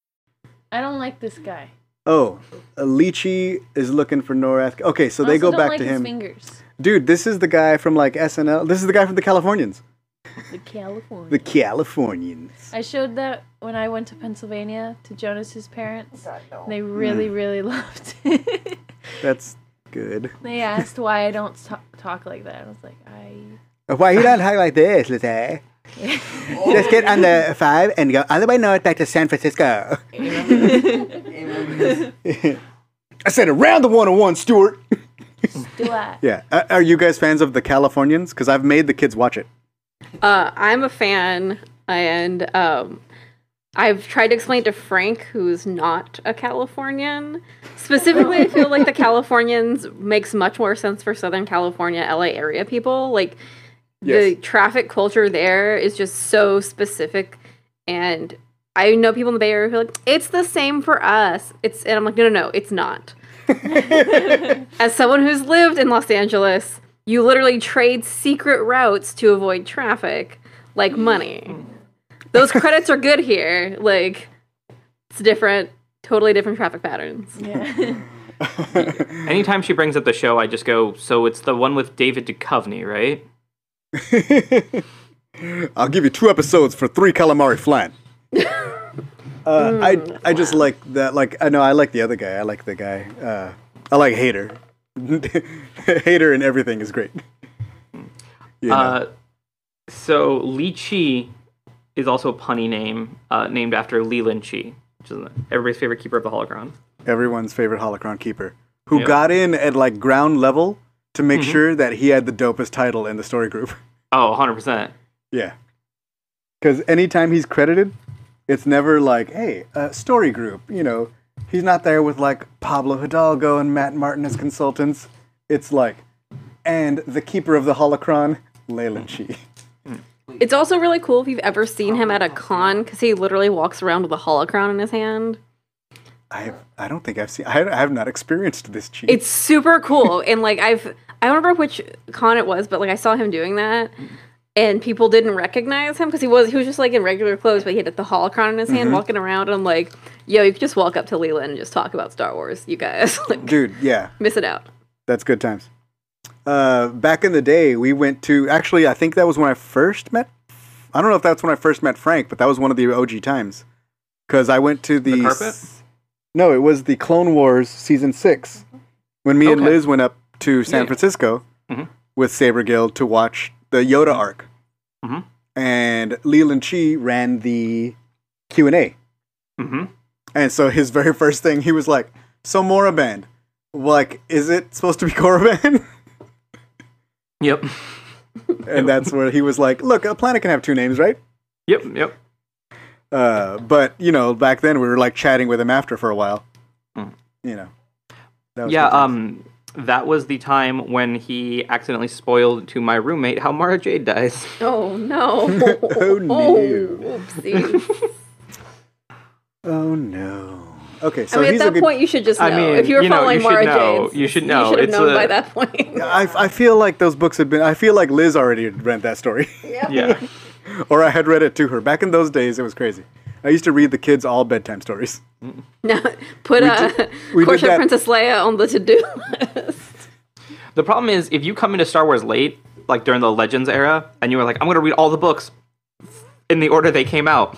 S2: I don't like this guy.
S1: Oh, uh, Lychee is looking for Norath. Okay, so they
S2: I also
S1: go
S2: don't
S1: back
S2: like
S1: to
S2: his
S1: him.
S2: fingers.
S1: Dude, this is the guy from like SNL. This is the guy from the Californians.
S2: The California.
S1: The Californians.
S2: I showed that when I went to Pennsylvania to Jonas's parents. They really,
S1: Mm.
S2: really loved it.
S1: That's good.
S2: they asked why I don't talk, talk like that. I was like, I.
S1: Uh, Why you don't talk like this, Lizzie? Just get on the five and go all the way north back to San Francisco. I said around the 101, Stuart.
S2: Do I?
S1: Yeah. Uh, are you guys fans of the Californians? Because I've made the kids watch it.
S4: Uh, I'm a fan, and um, I've tried to explain to Frank, who's not a Californian. Specifically, I feel like the Californians makes much more sense for Southern California, LA area people. Like the
S1: Yes.
S4: traffic culture there is just so specific, and I know people in the Bay Area who are like, "It's the same for us." It's and I'm like, "No, no, no, it's not." as someone who's lived in Los Angeles, you literally trade secret routes to avoid traffic, like money. Those credits are good here. Like, it's different, totally different traffic patterns.
S3: Anytime she brings up the show, I just go, so it's the one with David Duchovny, right?
S1: I'll give you two episodes for three calamari flan. uh, I I just like that. Like I know I like the other guy. I like the guy. Uh, I like Hater. Hater and everything is great. You know?
S3: Uh, So Li Chi is also a punny name, uh, named after Leland Chi, which is everybody's favorite keeper of the holocron.
S1: Everyone's favorite holocron keeper, who
S3: Yep.
S1: got in at like ground level to make sure that he had the dopest title in the story group.
S3: Oh, 100%.
S1: yeah. Because anytime he's credited, it's never like, hey, uh, story group, you know. He's not there with like Pablo Hidalgo and Matt Martin as consultants. It's like, and the keeper of the holocron, Leyland Chi.
S4: It's also really cool if you've ever seen him at a con because he literally walks around with a holocron in his hand.
S1: I have, I don't think I've seen. I, I have not experienced this cheat.
S4: It's super cool. and like I've I don't remember which con it was, but like I saw him doing that and people didn't recognize him because he was he was just like in regular clothes, but he had the holocron in his hand walking around and I'm like, yo, you could just walk up to Leland and just talk about Star Wars, you guys. like
S1: dude. Yeah,
S4: miss it out.
S1: that's good times. Uh, back in the day, we went to actually. I think that was when I first met. I don't know if that's when I first met Frank, but that was one of the OG times because I went to the,
S3: The carpet?
S1: s- No, it was the Clone Wars season 6 when me and
S3: Mm-hmm. Okay.
S1: Liz went up to San
S3: Yeah.
S1: Francisco
S3: Mhm.
S1: with Saber Guild to watch the Yoda arc,
S3: Mhm.
S1: and Leland Chi ran the Q and A.
S3: hmm
S1: And so his very first thing, he was like, "So Moraband, like, is it supposed to be Korriban?"
S3: Yep.
S1: and that's where he was like, "Look, a planet can have two names, right?"
S3: Yep. Yep.
S1: Uh, but you know, back then we were like chatting with him after for a while.
S3: Mm.
S1: You know. That was
S3: Yeah.
S1: good times.
S3: Um, that was the time when he accidentally spoiled to my roommate how Mara Jade dies.
S4: Oh no.
S1: Oh, no.
S4: oopsie.
S1: Oh no. Okay, so
S4: I mean, at
S1: he's a
S4: that
S1: good.
S4: point, you should just know.
S3: I mean,
S4: if you were
S3: you know,
S4: following
S3: you should
S4: Mara
S3: know.
S4: Jade,
S3: You should know.
S4: You should have
S3: It's
S4: known
S3: a-
S4: by that point.
S1: I, I feel like those books had been. I feel like Liz already had read that story,
S3: Yeah.
S1: or I had read it to her. Back in those days, it was crazy. I used to read the kids all bedtime stories.
S4: No, put uh,
S1: we did
S4: Portia
S1: that-
S4: Princess Leia on the to-do list.
S3: The problem is if you come into Star Wars late, like during the Legends era, and you were like, I'm gonna read all the books in the order they came out.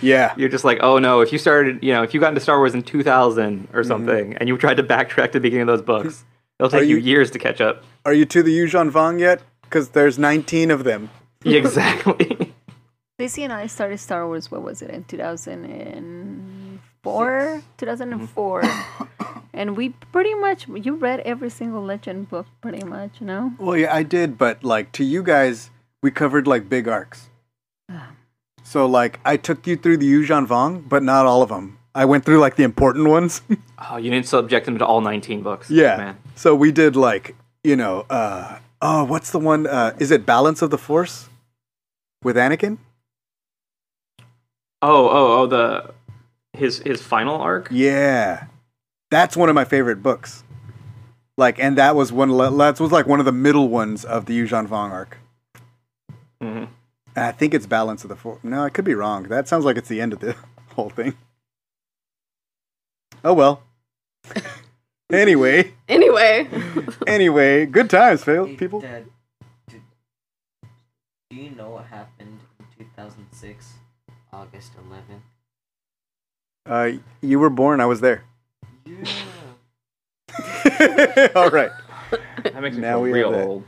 S1: Yeah.
S3: You're just like, oh no! If you started, you know, if you got into Star Wars in 2000 or something, and you tried to backtrack to the beginning of those books, it'll take you
S1: you-
S3: years to catch up.
S1: Are you to the Yuuzhan Vong yet? Because there's 19 of them.
S3: exactly.
S5: Lacey and I started Star Wars, what was it, in 2004? 2004.
S6: Mm-hmm.
S5: and we pretty much, you read every single Legend book, pretty much, no?
S1: Well, yeah, I did, but like to you guys, we covered like big arcs.
S4: Ah.
S1: So like I took you through the Yuuzhan Vong, but not all of them. I went through like the important ones.
S3: Oh, you didn't subject them to all 19 books.
S1: yeah.
S3: man.
S1: So we did like you know, uh, oh, what's the one? Uh, is it Balance of the Force with Anakin?
S3: Oh, oh, oh, the his his final arc.
S1: Yeah, that's one of my favorite books. Like, and that was one. That was like one of the middle ones of the Yuuzhan Vong arc.
S3: Mhm.
S1: And I think it's Balance of the Force. No, I could be wrong. That sounds like it's the end of the whole thing. Oh well. anyway,
S4: Anyway,
S1: anyway, good times, fail
S6: Hey,
S1: people.
S6: Dad, do, do you know what happened in 2006, August 11th?
S1: Uh, you were born. I was there.
S6: Yeah.
S1: All right.
S3: That makes me
S1: Now
S3: feel
S1: we have
S3: real
S1: that.
S3: old.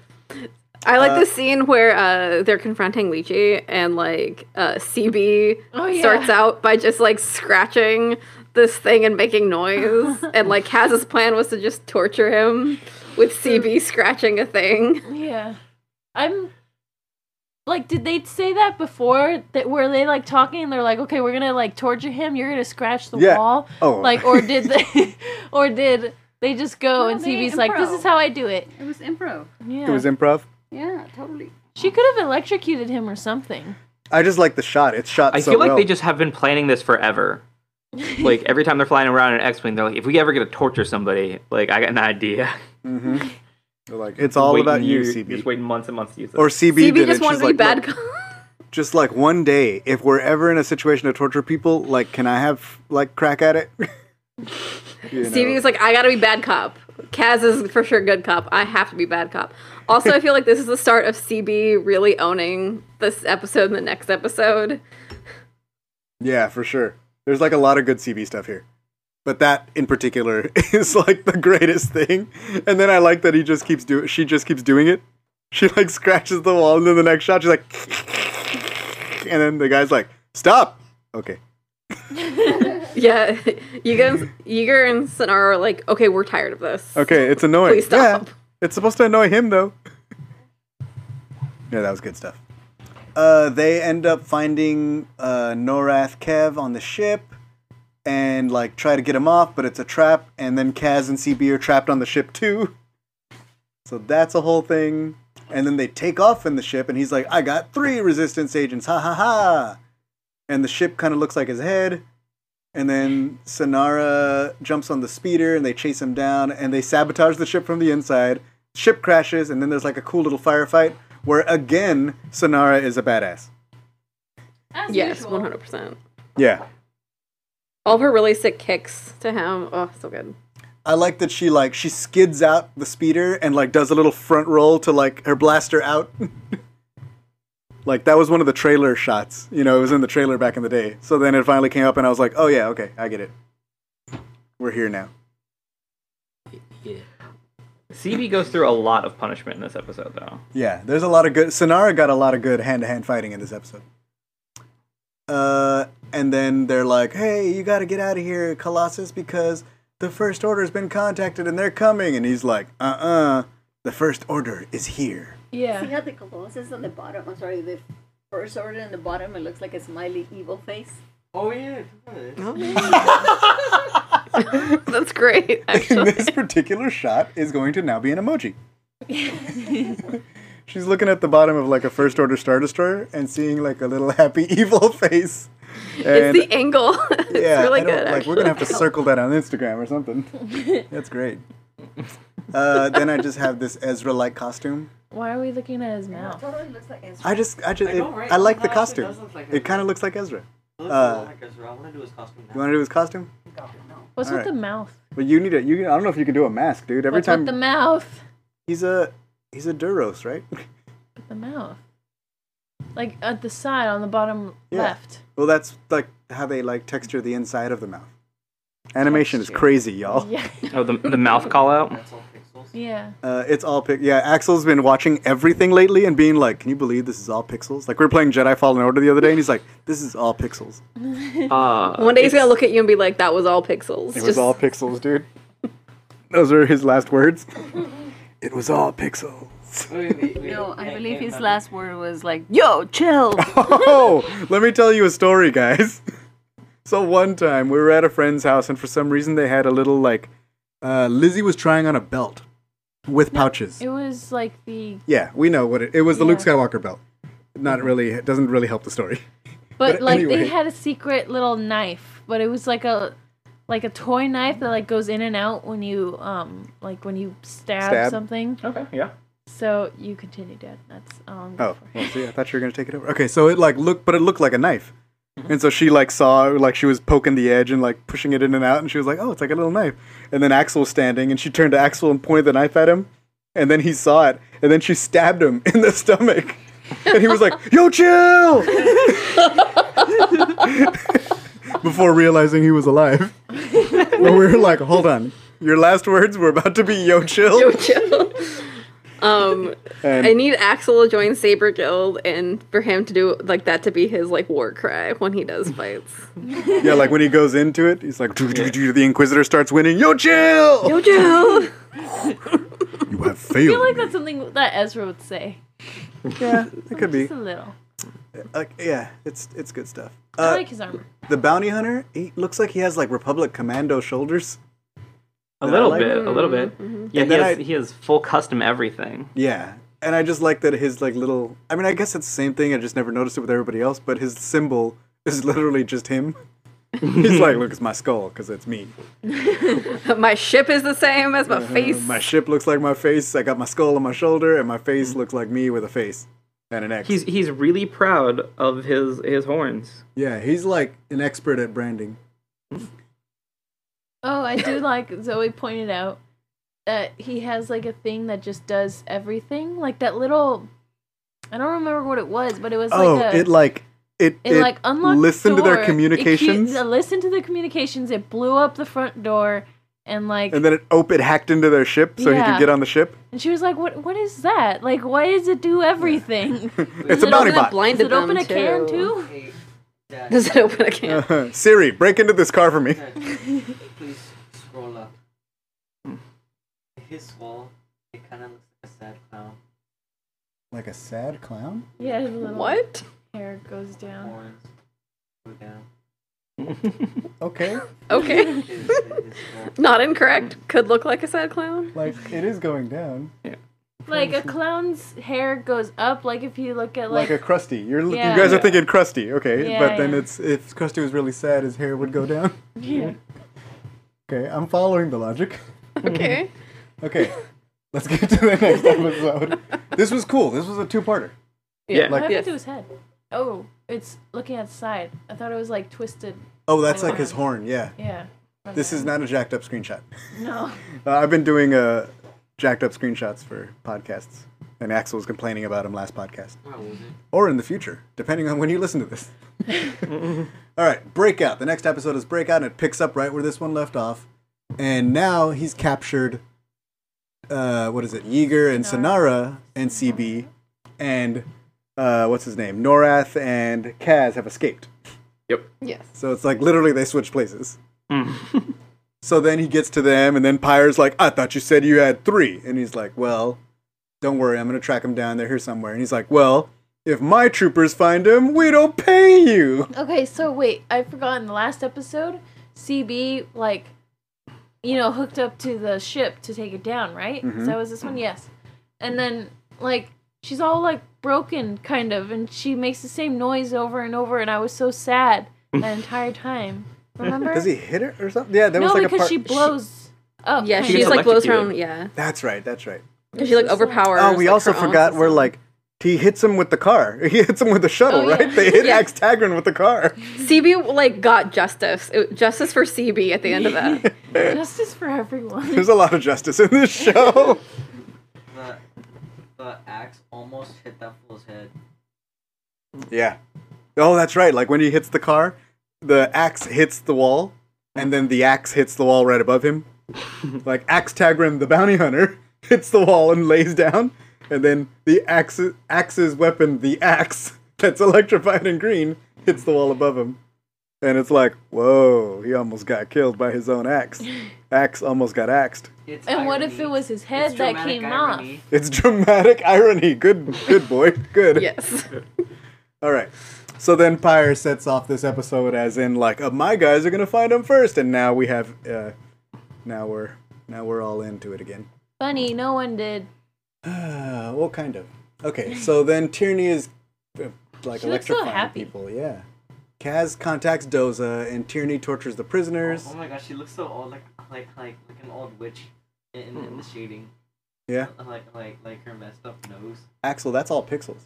S4: I like
S1: Uh,
S4: the scene where uh, they're confronting Lychee and like uh, CB
S2: Oh, yeah.
S4: starts out by just like scratching this thing and making noise, and like Kaz's plan was to just torture him with CB scratching a thing.
S2: Yeah. I'm like, did they say that before? That were they like talking and they're like, okay, we're gonna like torture him, you're gonna scratch the
S1: Yeah.
S2: wall?
S1: Oh,
S2: Like or did they or did they just go
S7: No,
S2: and
S7: they
S2: CB's like, This
S7: improv.
S2: is how I do it.
S7: It was improv.
S2: Yeah.
S1: it was improv.
S7: Yeah, totally.
S2: she could have electrocuted him or something.
S1: I just like the shot. It's shot.
S3: I
S1: so
S3: feel like
S1: well.
S3: they just have been planning this forever. like every time they're flying around in an X-wing, they're like, if we ever get to torture somebody, like I got an idea.
S1: They're like it's all
S3: Waiting
S1: about you,
S3: year-
S1: CB.
S3: Just waiting months and months to use it.
S1: Or CB,
S4: CB
S1: did
S4: just
S1: it.
S4: wanted
S1: She's
S4: to
S1: like,
S4: be bad.
S1: "Look,
S4: cop.
S1: just like one day, if we're ever in a situation to torture people, like, can I have like crack at it? You know.
S4: Stevie was like, I gotta be bad cop. Kaz is for sure good cop. I have to be bad cop. Also, I feel like this is the start of CB really owning this episode and the next episode.
S1: yeah, for sure. There's like a lot of good CB stuff here, but that in particular is like the greatest thing. And then I like that he just keeps doing. She just keeps doing it She like scratches the wall, and then the next shot, she's like, and then the guy's like, "Stop." Okay.
S4: Yeah, Yiga and, Yiga and Sonar are like, okay, we're tired of this.
S1: Okay, it's annoying.
S4: Please stop.
S1: Yeah, it's supposed to annoy him though. yeah, that was good stuff. Uh, they end up finding uh, Norath Kev on the ship and like try to get him off, but it's a trap. And then Kaz and CB are trapped on the ship too. So that's a whole thing. And then they take off in the ship, and he's like, "I got three resistance agents, ha ha ha!" And the ship kind of looks like his head. And then Sonara jumps on the speeder and they chase him down and they sabotage the ship from the inside. Ship crashes and then there's like a cool little firefight where again Sonara is a badass.
S2: As
S4: Yes,
S2: usual.
S4: one hundred percent.
S1: Yeah.
S4: All of her really sick kicks to him. Oh, so good.
S1: I like that she like she skids out the speeder and like does a little front roll to like her blaster out. like that was one of the trailer shots. You know, it was in the trailer back in the day. So then it finally came up and I was like, "Oh yeah, okay, I get it. We're here now."
S6: Yeah.
S3: CB goes through a lot of punishment in this episode, though.
S1: Yeah, there's a lot of good. Sonara got a lot of good hand to hand fighting in this episode. Uh, and then they're like, "Hey, you got to get out of here, Colossus, because the First Order's been contacted and they're coming." And he's like, "Uh, uh the First Order is here."
S2: Yeah.
S7: See how the Colossus on the bottom, I'm sorry, the first order on the bottom, it looks like a smiley evil face.
S6: Oh yeah. come on.
S4: That's great. Actually,
S1: this particular shot is going to now be an emoji. She's looking at the bottom of like a First Order Star Destroyer and seeing like a little happy evil face. And-
S4: it's the angle. it's really
S1: I don't- Like
S4: good.
S1: we're
S4: actually.
S1: gonna have to circle that on Instagram or something. That's great. Uh, then I just have this Ezra-like costume.
S2: Why are we looking at his mouth?
S7: Totally looks like Ezra.
S1: I just, I just,
S6: I
S1: it- I,
S6: know, right?
S1: like the
S6: Sometimes it
S1: costume.
S6: does look like
S1: It
S6: Ezra.
S1: kind of looks like Ezra.
S6: It looks a
S1: Uh,
S6: lot like Ezra. I want to do his costume
S1: You
S6: now.
S1: want to do his costume?
S2: What's with
S1: Alright.
S2: the mouth?
S1: But you need a, you. I don't know if you can do a mask, dude. Every
S2: What's
S1: time
S2: with the mouth?
S1: he's a, he's a Duros, right?
S2: With the mouth. Like at the side on the bottom
S1: Yeah.
S2: left.
S1: well, that's like how they like texture the inside of the mouth. Animation is crazy, y'all.
S2: Yeah.
S3: Oh, the, the mouth call out.
S6: That's all pixels.
S2: Yeah.
S1: Uh, it's all pic. Yeah, Axel's been watching everything lately and being like, "Can you believe this is all pixels?" Like we were playing Jedi Fallen Order the other day, and he's like, "This is all pixels."
S3: Uh,
S4: One day he's gonna look at you and be like, "That was all pixels."
S1: It was all pixels, dude. Those were his last words. it was all pixels.
S6: Wait, wait, wait, wait.
S5: No, I
S6: Hey,
S5: believe
S6: hey,
S5: his
S6: Matt.
S5: last word was like, "Yo, chill."
S1: Oh, let me tell you a story, guys. So one time we were at a friend's house, and for some reason they had a little like uh, Lizzie was trying on a belt with pouches.
S2: It was like the
S1: yeah, we know what it. It was the
S2: Yeah.
S1: Luke Skywalker belt. Not really. It doesn't really help the story.
S2: but,
S1: But
S2: like
S1: anyway.
S2: they had a secret little knife, but it was like a like a toy knife that like goes in and out when you um like when you stab,
S1: Stab. Oh.
S2: something.
S3: okay, yeah.
S2: So you continue, Dad. That's all I'm going
S1: Oh, well, see, I thought you were gonna take it over. Okay, so it like looked, but it looked like a knife, and so she like saw, like she was poking the edge and like pushing it in and out, and she was like, "Oh, it's like a little knife." And then Axel was standing, and she turned to Axel and pointed the knife at him, and then he saw it, and then she stabbed him in the stomach, and he was like, "Yo, chill!" Before realizing he was alive, and we were like, "Hold on." Your last words were about to be yo chill.
S4: Yo, chill. um,
S1: and
S4: I need Axel to join Saber Guild and for him to do like that to be his like war cry when he does fights.
S1: yeah, like when he goes into it, he's like, "Doo, doo, doo," the Inquisitor starts winning. Yo, chill!
S4: Yo, chill.
S1: You have
S2: I feel
S1: failed.
S2: like that's something that Ezra would say.
S1: yeah, it could be.
S2: Just a little.
S1: Uh, yeah, it's it's good stuff.
S2: I
S1: Uh,
S2: like his armor.
S1: the bounty hunter, he looks like he has like Republic commando shoulders.
S3: A
S1: Did I
S3: little
S1: like
S3: bit, a little bit. Yeah,
S1: And
S3: he
S1: then
S3: has,
S1: I-
S3: he has full custom everything.
S1: Yeah, and I just like that his like little. I mean, I guess it's the same thing. I just never noticed it with everybody else, but his symbol is literally just him. He's like, look, it's my skull because it's me.
S4: my ship is the same as my face.
S1: Uh, My ship looks like my face. I got my skull on my shoulder, and my face looks like me with a face and an X.
S3: He's he's really proud of his his horns.
S1: yeah, he's like an expert at branding.
S2: Oh, I do like Zoe pointed out that he has like a thing that just does everything. Like that little I don't remember what it was, but it was
S1: oh,
S2: like a
S1: it like it,
S2: it, like unlocked
S1: listen to
S2: door.
S1: their
S2: It uh, cu-
S1: communications.
S2: It, listened to the communications. It blew up the front door and like
S1: And then it op it hacked into their ship so he
S2: Yeah.
S1: could get on the ship.
S2: and she was like, "What? What is that? Like, why does it do everything?
S1: It's a
S2: it
S1: bounty
S2: open
S1: bot.
S2: Does it open a can too?"
S6: Hey, Dad,
S4: Does it open a
S1: Uh.
S4: can?
S1: Siri, break into this car for me.
S6: Dad, please scroll up.
S1: Hmm.
S6: His wall, it kind of looks like a sad clown.
S1: Like a sad clown?
S2: Yeah, his little
S4: What?
S2: hair goes down.
S6: Horns go down.
S1: Okay.
S4: Okay.
S6: His, his wall.
S4: Not incorrect. Could look like a sad clown.
S1: Like it is going down.
S2: Like a clown's hair goes up. Like if you look at
S1: Like,
S2: like,
S1: a crusty. You're l
S2: Yeah.
S1: you guys are thinking crusty, okay.
S2: Yeah,
S1: but then
S2: yeah.
S1: it's if crusty was really sad his hair would go down.
S2: yeah.
S1: Okay, I'm following the logic.
S4: Okay.
S1: Okay. Let's get to the next episode. This was cool. This was a two-parter.
S3: Yeah.
S2: What happened
S4: Yes.
S2: to his head? Oh, it's looking at the side. I thought it was like twisted.
S1: Oh, that's like his horn. Yeah.
S2: Yeah.
S1: This is not a jacked up screenshot.
S2: No.
S1: Uh, I've been doing uh, jacked up screenshots for podcasts, and Axel was complaining about him last podcast. Or in the future, depending on when you listen to this. All right, Breakout. The next episode is Breakout, and it picks up right where this one left off. And now he's captured, uh, what is it, Yeager and Sonara and CB, and uh, what's his name? Norath and Kaz have escaped.
S4: Yes.
S1: So it's like literally they switch places.
S3: Mm.
S1: So then he gets to them, and then Pyre's like, I thought you said you had three. And he's like, Well, don't worry, I'm going to track him down. They're here somewhere. And he's like, Well, if my troopers find him, we don't pay you.
S2: Okay, so wait, I forgot in the last episode, CB like, you know, hooked up to the ship to take it down, right?
S1: Mm-hmm.
S2: So that was this one, yes. And then like she's all like broken, kind of, and she makes the same noise over and over, and I was so sad that entire time. Remember?
S1: Does he hit her or something? Yeah, there
S2: no,
S1: was like
S2: because
S1: a part.
S2: she blows up.
S4: Yeah,
S2: kind
S3: She
S4: she's
S3: gets
S2: of.
S4: like blows her own.
S3: electrocuted.
S4: Yeah,
S1: That's right, that's right.
S4: she like overpowers.
S1: Oh, we
S4: like,
S1: also
S4: her own
S1: forgot we're
S4: system.
S1: like, he hits him with the car. He hits him with the shuttle,
S2: Oh, yeah.
S1: right? They hit
S4: Yeah.
S1: Axe Tagrin with the car.
S4: CB like got justice, It- justice for CB at the end of that.
S2: justice for everyone.
S1: There's a lot of justice in this show.
S6: The, the axe almost hit that fool's head.
S1: Yeah. Oh, that's right. Like when he hits the car, the axe hits the wall, and then the axe hits the wall right above him. like Axe Tagrin, the bounty hunter, hits the wall and lays down, and then the axe axe's weapon, the axe that's electrified and green, hits the wall above him. And it's like, whoa, he almost got killed by his own axe. Axe almost got axed.
S6: It's
S2: And what if
S6: irony.
S2: it was his
S6: It's
S2: head that
S6: dramatic
S2: came
S6: irony.
S1: It's dramatic irony. Good good boy. Good.
S4: yes,
S1: All right. So then Pyre sets off this episode as in like, uh, my guys are gonna find him first, and now we have, uh, now we're now we're all into it again.
S2: Funny, no one did.
S1: Uh, well, kind of. Okay. So then Tierney is uh, like
S2: She looks so
S1: electrifying
S2: happy.
S1: people. Yeah. Kaz contacts Doza, and Tierney tortures the prisoners.
S6: Oh, oh my gosh, she looks so old, like like like like an old witch in, in, in the shading.
S1: Yeah.
S6: Like like like her messed up nose.
S1: Axel, that's all pixels.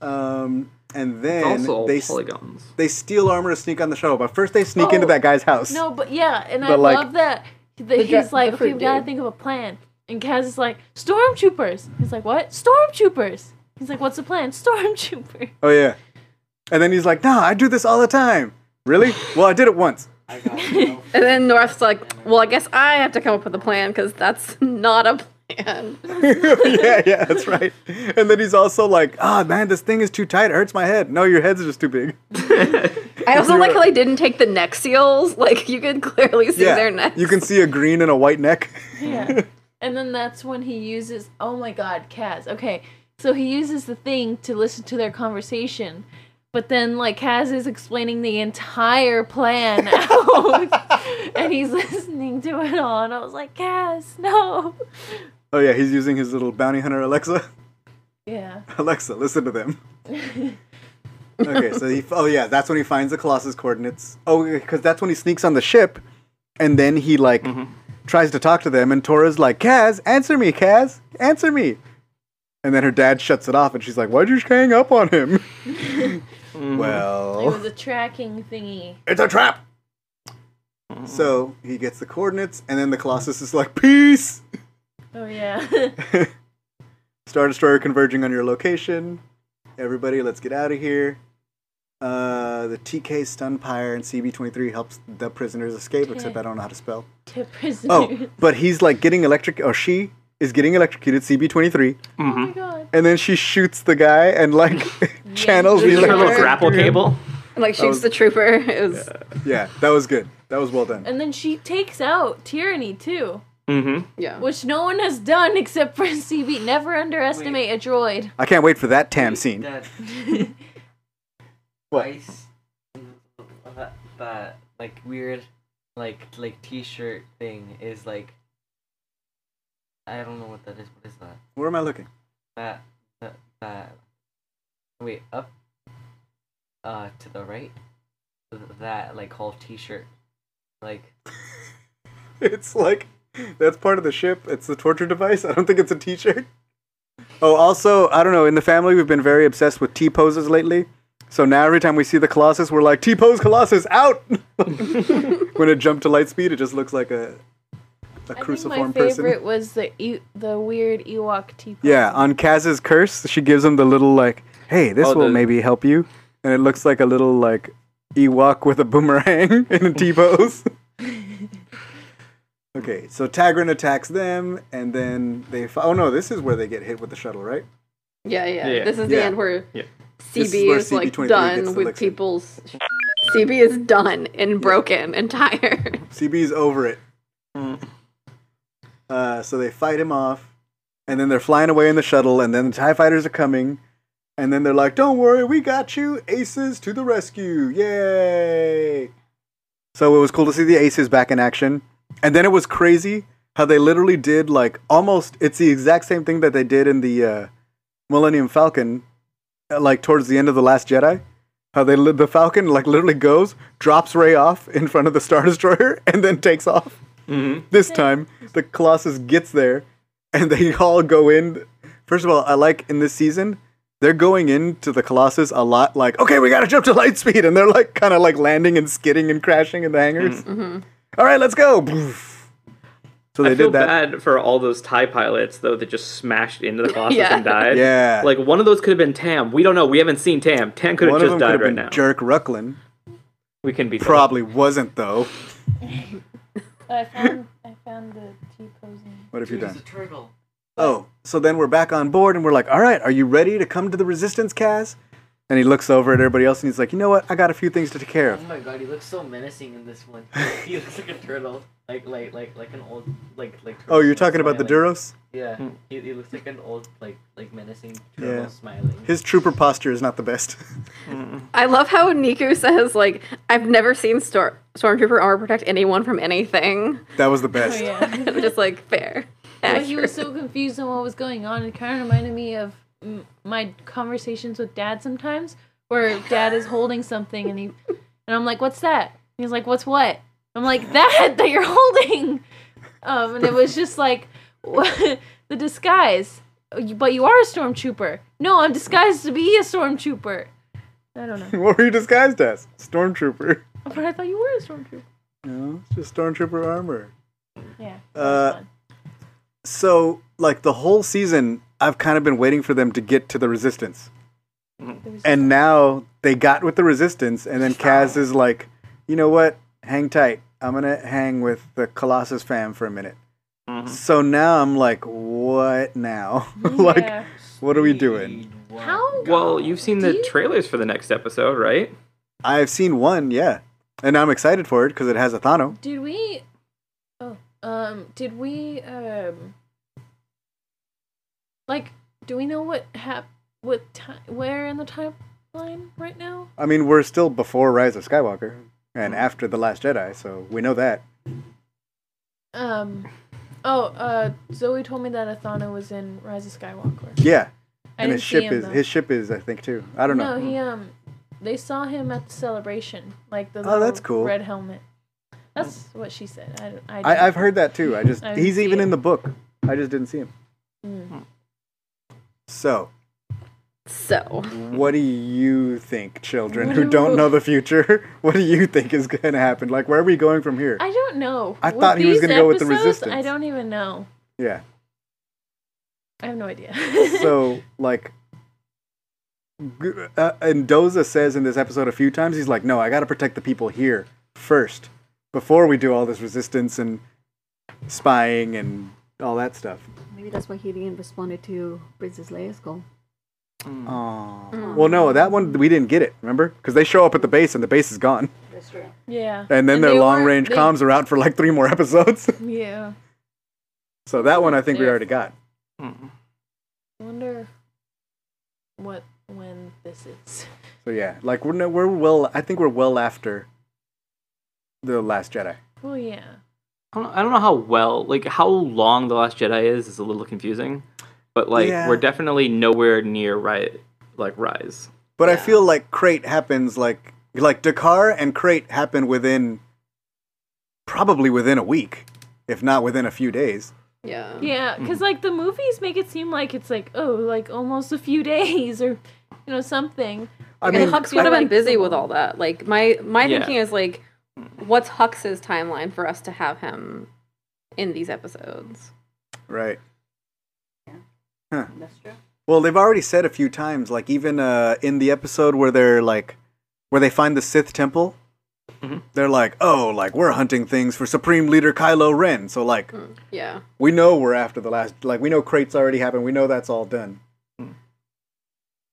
S1: um, and then
S3: also all
S1: they s-
S3: polygons.
S1: they steal armor to sneak on the shuttle, but first they sneak into
S2: Oh,
S1: that guy's house.
S2: No, but yeah, and I
S1: But, like-
S2: love that, that he's
S4: dra-
S2: like,
S4: the
S2: okay,
S4: fruit
S2: we gotta
S4: dude.
S2: think of a plan. And Kaz is like, stormtroopers. He's like, what? Stormtroopers. He's like, what's the plan? Stormtroopers.
S1: Oh yeah. And then he's like, "Nah, I do this all the time." Really? Well, I did it once.
S6: I got no
S4: and then North's like, well, I guess I have to come up with a plan because that's not a plan.
S1: yeah, yeah, that's right. And then he's also like, "Ah, man, this thing is too tight. It hurts my head." No, your head's just too big.
S4: I also like how they didn't take the neck seals. Like you could clearly see
S1: yeah,
S4: their necks.
S1: you can see a green and a white neck.
S2: Yeah. and then that's when he uses, oh my god, Kaz. Okay, so he uses the thing to listen to their conversation. But then, like, Kaz is explaining the entire plan out. and he's listening to it all. And I was like, Kaz, no.
S1: Oh yeah, he's using his little bounty hunter Alexa.
S2: Yeah.
S1: Alexa, listen to them. okay, so he. Oh yeah, that's when he finds the Colossus coordinates. Oh, because that's when he sneaks on the ship, and then he like tries to talk to them, and Tora's like, "Kaz, answer me, Kaz, answer me." And then her dad shuts it off, and she's like, "Why'd you hang up on him?"
S2: It
S1: Well,
S4: Oh.
S2: was a tracking thingy.
S1: it's a trap. So he gets the coordinates, and then the Colossus is like, "Peace."
S2: Oh, yeah.
S1: Star Destroyer converging on your location. Everybody, let's get out of here. Uh, the TK Stunpire and CB23 helps the prisoners escape, except I don't know how to spell.
S2: to prison.
S1: Oh, but he's like getting electric, or she is getting electrocuted, CB23,
S2: Oh my god.
S1: and then she shoots the guy and like channels the
S3: Is there a little
S1: electric.
S3: grapple cable?
S4: Like shoots the trooper. It was
S1: Yeah, that was good. That was well done.
S2: And then she takes out tyranny too,
S3: Mm-hmm.
S4: yeah.
S2: which no one has done except for CB. Never underestimate a droid.
S1: I can't wait for that Tam scene.
S6: That
S1: What?
S6: ice, that, that like weird, like like T-shirt thing is like. I don't know what that is. What is that?
S1: Where am I looking?
S6: That that that. Wait up. Uh, to the right. That like whole T-shirt, like
S1: It's like that's part of the ship. It's the torture device. I don't think it's a T-shirt. Oh, also, I don't know. In the family, we've been very obsessed with T poses lately. So now every time we see the Colossus, we're like T pose Colossus out. when it jumped to light speed, it just looks like a a
S2: I think my
S1: cruciform person.
S2: favorite was the e- the weird Ewok T.
S1: Yeah, on Kaz's curse, she gives him the little like, "Hey, this
S3: Oh,
S1: will
S3: the-
S1: maybe help you," and it looks like a little like Ewok with a boomerang in a T pose. okay, so Tagrin attacks them, and then they. Fi- oh no, this is where they get hit with the shuttle, right?
S4: yeah, yeah,
S3: Yeah.
S4: This is the
S1: Yeah.
S4: end where
S3: Yeah.
S1: This is where
S4: CB is, like
S1: CB23 gets
S4: done
S1: the
S4: with
S1: licks in.
S4: people's. sh- CB is done and broken and tired.
S1: CB's over it. Uh, so they fight him off, and then they're flying away in the shuttle, and then the TIE fighters are coming, and then they're like, Don't worry, we got you! Aces to the rescue! Yay! So it was cool to see the Aces back in action. And then it was crazy how they literally did, like, almost, it's the exact same thing that they did in the uh, Millennium Falcon, uh, like, towards the end of The Last Jedi. How they li- the Falcon like literally goes, drops Ray off in front of the Star Destroyer, and then takes off.
S3: Mm-hmm.
S1: This time, the Colossus gets there, and they all go in. First of all, I like in this season, they're going into the Colossus a lot. Like, okay, we gotta jump to light speed, and they're like kind of like landing and skidding and crashing in the hangars. All right, let's go. Poof. So they
S3: Mm. I feel
S1: did that.
S3: bad for all those Thai pilots though that just smashed into the Colossus
S4: Yeah.
S3: and died.
S1: Yeah.
S3: Like one of those could have been Tam. We don't know. We haven't seen Tam. Tam could have
S1: One of
S3: just
S1: them could
S3: died
S1: have
S3: right
S1: been
S3: now.
S1: Jerk Rucklin.
S3: we can be
S1: Probably wasn't though.
S2: I found I found the T posing.
S1: What have you
S6: Dude,
S1: done?
S6: it's a turtle.
S1: Oh, so then we're back on board and we're like, all right, are you ready to come to the resistance, Kaz? And he looks over at everybody else and he's like, you know what? I got a few things to take care
S6: Oh
S1: of.
S6: my god, he looks so menacing in this one. he looks like a turtle, like like like like an old like like.
S1: Oh, you're
S6: turtle
S1: talking about the
S6: smiling.
S1: Duros?
S6: Yeah, he, he looks like an old, like, like menacing turtle
S1: Yeah.
S6: smiling.
S1: His trooper posture is not the best.
S4: I love how Niku says like I've never seen Stor- Stormtrooper armor protect anyone from anything.
S1: that was the best.
S2: Yeah.
S4: I'm just like fair.
S2: But he
S4: accurate.
S2: was so confused on what was going on. It kind of reminded me of mm, my conversations with dad sometimes, where dad is holding something and he, and I'm like, "What's that?" And he's like, "What's what?" I'm like, "That that you're holding." Um, and it was just like the disguise. You- But you are a stormtrooper. No, I'm disguised to be a stormtrooper. I don't know.
S1: what were you disguised as? Stormtrooper.
S2: But I thought you were a stormtrooper.
S1: No, it's just stormtrooper armor.
S2: Yeah.
S1: Uh, So, like the whole season, I've kind of been waiting for them to get to the resistance. And now they got with the resistance, and then Kaz is like, you know what? Hang tight. I'm going to hang with the Colossus fam for a minute. So now I'm like, what now? like,
S2: Yeah.
S1: what are we doing?
S6: Speed, wow.
S2: How?
S3: Well, you've seen
S2: Do
S3: the
S2: you-
S3: trailers for the next episode, right?
S1: I've seen one, yeah. And I'm excited for it because it has a Thano.
S2: Did we? Oh, um, did we? Um, like, do we know what hap? What time? Where in the timeline right now?
S1: I mean, we're still before Rise of Skywalker and after The Last Jedi, so we know that.
S2: Um, oh, uh, Zoe told me that Athana was in Rise of Skywalker.
S1: Yeah.
S2: I
S1: and
S2: didn't
S1: his
S2: see
S1: ship
S2: him
S1: is
S2: though.
S1: his ship is I think too. I don't know.
S2: No, he um, they saw him at the celebration, like the
S1: Oh, that's
S2: little
S1: cool.
S2: red helmet. That's what she said. I, don't- I, didn't-
S1: I, I've heard that too. I just
S2: I didn't
S1: he's
S2: see
S1: even
S2: it. Hmm.
S1: in the book. I just didn't see him. So,
S4: so
S1: what do you think, children who don't know the future? What do you think is going to happen? Like, where are we going from here?
S2: I don't know.
S1: I thought he was
S2: these
S1: gonna go with the
S2: episodes, I
S1: Resistance.
S2: don't even know.
S1: yeah.
S2: I have no idea.
S1: So, like, G- uh, and Doza says in this episode a few times, he's like, "No, I got to protect the people here first before we do all this resistance and spying and all that stuff."
S7: Maybe that's why Gideon responded to Princess Leia's call.
S1: Oh.
S2: Mm.
S1: Well, no, that one we didn't get it. Remember? Because they show up at the base and the base is gone,
S7: That's true.
S2: Yeah.
S1: and then
S2: And
S1: their
S2: they
S1: long
S2: were-
S1: range
S2: they-
S1: comms are out for like three more episodes.
S2: Yeah.
S1: so that one I think we
S2: Yeah.
S1: already got.
S3: Mm.
S2: Wonder what when this is.
S1: So yeah, like we're no, we're well. I think we're well after the Last Jedi.
S2: Well, yeah.
S3: I don't, I don't know how well, like how long The Last Jedi is, is a little confusing. But like,
S1: Yeah.
S3: we're definitely nowhere near right, like Rise.
S1: But I feel like Crate happens like like Dakar and Crate happen within probably within a week, if not within a few days.
S4: Yeah.
S2: Yeah,
S1: Hmm.
S2: because like the movies make it seem like it's like oh, like almost a few days or you know something.
S1: I
S4: And
S1: mean,
S4: Hux would have
S2: like-
S4: been busy with all that. Like my my
S3: Yeah.
S4: thinking is like, what's Hux's timeline for us to have him in these episodes?
S1: right?
S7: That's true.
S1: Well, they've already said a few times, like even uh, in the episode where they're like, where they find the Sith temple,
S3: Mhm.
S1: they're like, oh, like we're hunting things for Supreme Leader Kylo Ren. So like,
S7: Mm.
S4: Yeah.
S1: we know we're after the last, like we know Crate's already happened. We know that's all done.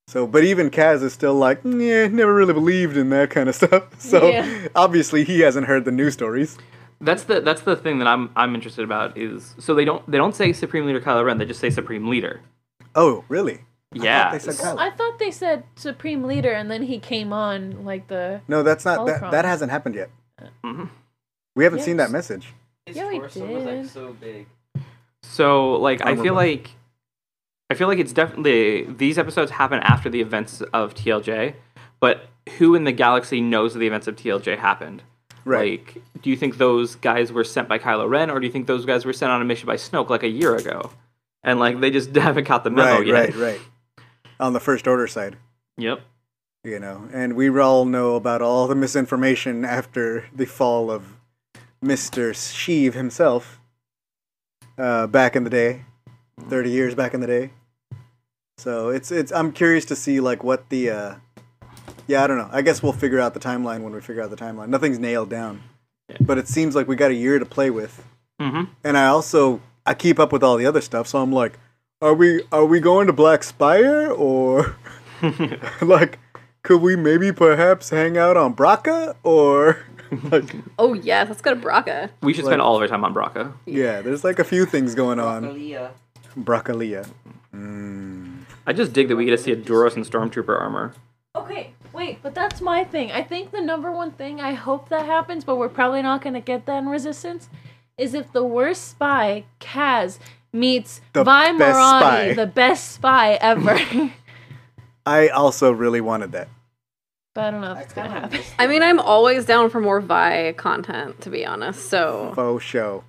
S1: So, but even Kaz is still like, "Mm, yeah, never really believed in that kind of stuff. So obviously he hasn't heard the news stories.
S3: That's the that's the thing that I'm I'm interested about is so they don't they don't say Supreme Leader Kylo Ren they just say Supreme Leader.
S1: Oh, really?
S3: Yeah,
S1: they said
S3: it's-
S1: Kylo.
S2: I thought they said supreme leader, and then he came on like the
S1: No, that's not that.
S2: Holocron.
S1: That hasn't happened yet.
S3: Mhm.
S1: We haven't seen that
S2: Yes.
S1: message.
S6: His
S2: Yeah, we
S6: torso was like
S2: did.
S6: so big.
S3: So like I
S1: Honorable.
S3: feel like I feel like it's definitely these episodes happen after the events of TLJ, but who in the galaxy knows that the events of TLJ happened?
S1: Right.
S3: Like, do you think those guys were sent by Kylo Ren, or do you think those guys were sent on a mission by Snoke like a year ago, and like they just haven't caught the memo
S1: right,
S3: yet?
S1: right, right. On the first order side.
S3: Yep.
S1: you know, and we all know about all the misinformation after the fall of Mr. Sheev himself uh, back in the day, 30 years back in the day. So it's it's I'm curious to see like what the uh, yeah I don't know I guess we'll figure out the timeline when we figure out the timeline. Nothing's nailed down, but it seems like we got a year to play with
S3: hmm
S1: and I also I keep up with all the other stuff, so I'm like, are we are we going to Black Spire or like could we maybe perhaps hang out on Braca or like
S4: Oh yes, let's go to Braca.
S3: We should spend all of our time on Braca.
S1: yeah, there's like a few things going on. Mm.
S6: Leah.
S1: Bracalia.
S3: I just dig that we get to see a Duros and Stormtrooper armor.
S2: Okay, wait, but that's my thing. I think the number one thing I hope that happens, but we're probably not going to get that in Resistance, is if the worst spy, Kaz, meets
S1: The best
S2: Vi
S1: spy.
S2: Morani, the best spy ever.
S1: I also really wanted that.
S2: but I don't know if it's going to happen.
S4: I mean, I'm always down for more Vi content, to be honest. So
S1: Faux show.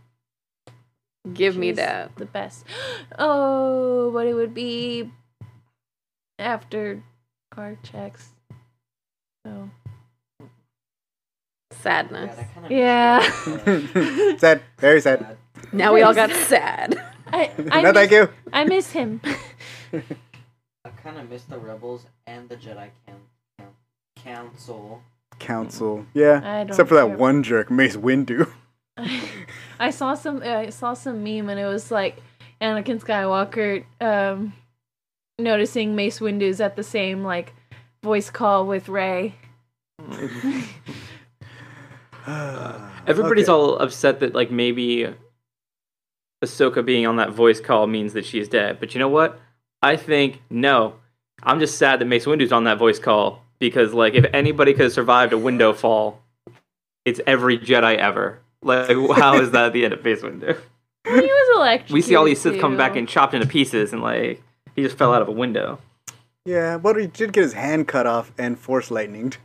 S4: give me
S2: She's
S4: that.
S2: The best. Oh, but it would be after our checks. So.
S4: Sadness.
S2: Yeah.
S1: sad. Very sad.
S4: Now we all got sad.
S2: I, I,
S1: no, thank
S2: miss,
S1: you.
S2: I miss him.
S6: I kind of miss the rebels and the Jedi can- can- council.
S1: Council. Yeah.
S2: I don't
S1: Except for that
S2: care.
S1: one jerk, Mace Windu.
S2: I saw some I saw some meme and it was like Anakin Skywalker um noticing Mace Windu's at the same like voice call with Ray.
S3: Everybody's
S1: Okay.
S3: all upset that like maybe Ahsoka being on that voice call means that she's dead. But you know what? I think no. I'm just sad that Mace Windu's on that voice call because like if anybody could have survived a window fall, it's every Jedi ever. Like how is that the end of Mace Windu?
S2: He was electric.
S3: We see all these Sith come back and chopped into pieces and like he just fell out of a window.
S1: Yeah, but he did get his hand cut off and force lightninged.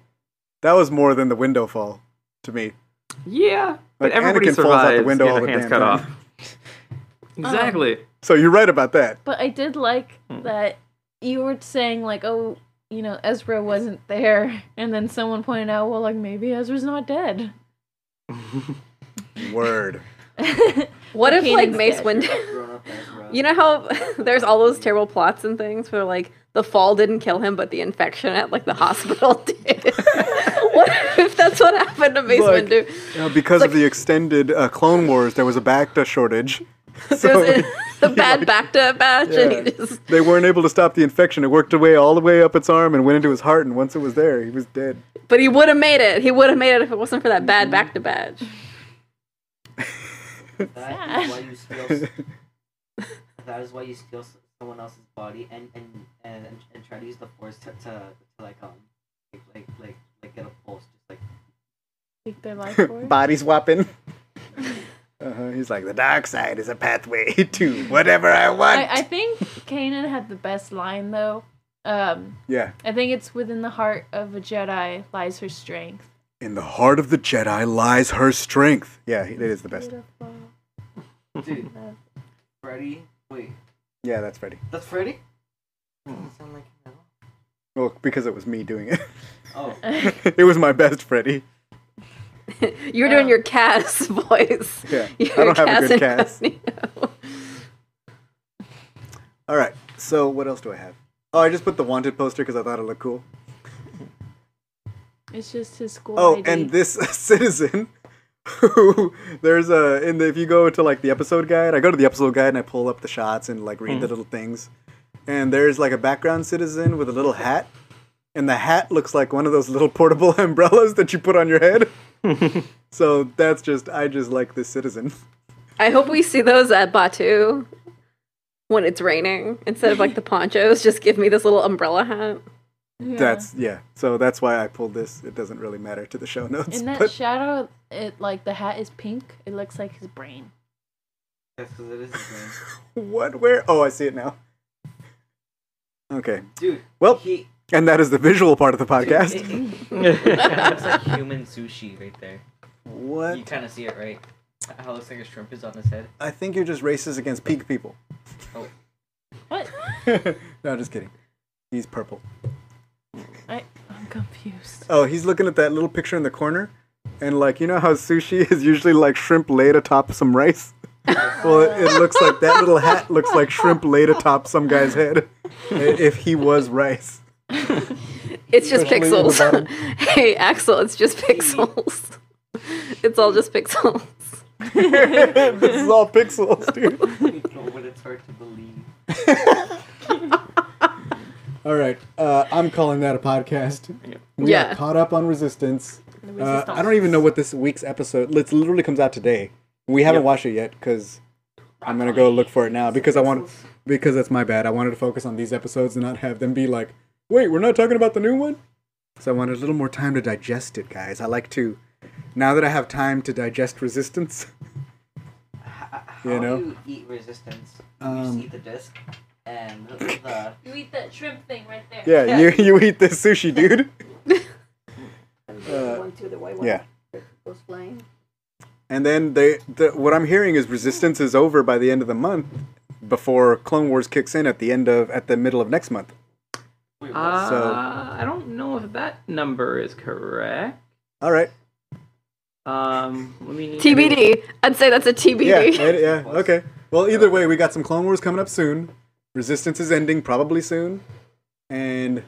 S1: That was more than the window fall to me.
S3: Yeah. But
S1: Like,
S3: everybody
S1: Anakin falls
S3: survives
S1: out the window
S3: get
S1: all
S3: their
S1: the
S3: hands
S1: damn
S3: cut off.
S1: time.
S3: exactly.
S1: So you're right about that.
S2: But I did like
S1: Hmm.
S2: that you were saying like oh you know Ezra wasn't there and then someone pointed out well like maybe Ezra's not dead.
S1: Word.
S4: What if like
S2: Kanan's
S4: Mace
S2: dead.
S4: Windu?
S6: Grown up as rough.
S4: You know how there's all those terrible plots and things where like the fall didn't kill him, but the infection at like the hospital did. what if that's what happened to Mace
S1: Look,
S4: Windu?
S1: You know, because of the extended uh, Clone Wars, there was a Bacta shortage.
S4: There
S1: So
S4: was a, a bad Bacta batch, and he just
S1: they weren't able to stop the infection. It worked away all the way up its arm and went into his heart. And once it was there, he was dead.
S4: but he would have made it. He would have made it if it wasn't for that
S1: Mm-hmm.
S4: bad Bacta badge.
S6: That is why you steal. s- that is why you steal s- someone else's body and and and, and, and try to use the force to, to, to like um like like like, like get a pulse just like
S2: Take their life force.
S1: Body swapping. Uh-huh. He's like, the dark side is a pathway to whatever I want.
S2: I, I think Kanan had the best line though. Um,
S1: yeah.
S2: I think it's within the heart of a Jedi lies her strength.
S1: In the heart of the Jedi lies her strength. Yeah, it is the best.
S2: Beautiful.
S6: dude. Freddy, wait,
S1: Yeah, that's Freddy.
S6: that's Freddy.
S1: Hmm.
S6: Doesn't sound like him
S1: Well, because it was me doing it.
S6: at all. Oh,
S1: it was my best Freddy.
S4: You're doing your Cass voice.
S1: Yeah, I
S4: Your
S1: don't have a good Cass.
S4: incognito.
S1: All right. So what else do I have? Oh, I just put the wanted poster because I thought it looked cool.
S2: It's just his school.
S1: Oh,
S2: ID.
S1: and this citizen who there's a in the if you go to like the episode guide, I go to the episode guide and I pull up the shots and like
S2: Hmm.
S1: read the little things. And there's like a background citizen with a little hat. And the hat looks like one of those little portable umbrellas that you put on your head. so that's just I just like this citizen.
S4: I hope we see those at Batu when it's raining instead of like the ponchos. Just give me this little umbrella hat.
S2: Yeah.
S1: That's yeah. So that's why I pulled this. It doesn't really matter to the show notes.
S2: in that
S1: but
S2: shadow. It like the hat is pink. It looks like his brain.
S6: that's because it is his name.
S1: what where? Oh, I see it now. Okay.
S6: Dude,
S1: Well,
S6: he
S1: And that is the visual part of the podcast.
S6: It, it, it looks like human sushi right there.
S1: What?
S6: You kind of see it, right? How it looks like a shrimp is on his head.
S1: I think you're just racist against pink people.
S6: Oh,
S2: What?
S1: no, just kidding. He's purple.
S2: I, I'm confused.
S1: Oh, he's looking at that little picture in the corner. And, like, you know how sushi is usually like shrimp laid atop some rice? well, it, it looks like that little hat looks like shrimp laid atop some guy's head. i- If he was rice.
S4: It's just
S1: Especially in the bottom.
S4: pixels. hey, Axel, it's just pixels. it's all just pixels.
S1: this is all pixels, dude.
S6: no, but it's hard to believe.
S1: All right. Uh, I'm calling that a podcast. We
S4: Yeah.
S1: are caught up on resistance. Uh, I don't even know what this week's episode. It literally comes out today. We haven't watched it yet because I'm gonna go look for it now because I want because that's my bad. I wanted to focus on these episodes and not have them be like, wait, we're not talking about the new one. So I wanted a little more time to digest it, guys. I like to now that I have time to digest resistance.
S6: How
S1: You know?
S6: do you eat resistance? you
S1: Um,
S6: just eat the disc and the, the
S2: You eat that shrimp thing right there.
S1: Yeah, you you eat this sushi, dude. Uh,
S7: one too, the white one
S1: Yeah.
S7: goes flying.
S1: And then they, the, what I'm hearing is resistance is over by the end of the month, before Clone Wars kicks in at the end of at the middle of next month.
S3: Uh,
S1: So-
S3: I don't know if that number is correct.
S1: All right.
S3: Um, let me
S4: TBD. I'd say that's a
S1: Yeah.
S4: TBD.
S1: right, yeah. Okay. Well, either way, we got some Clone Wars coming up soon. Resistance is ending probably soon, and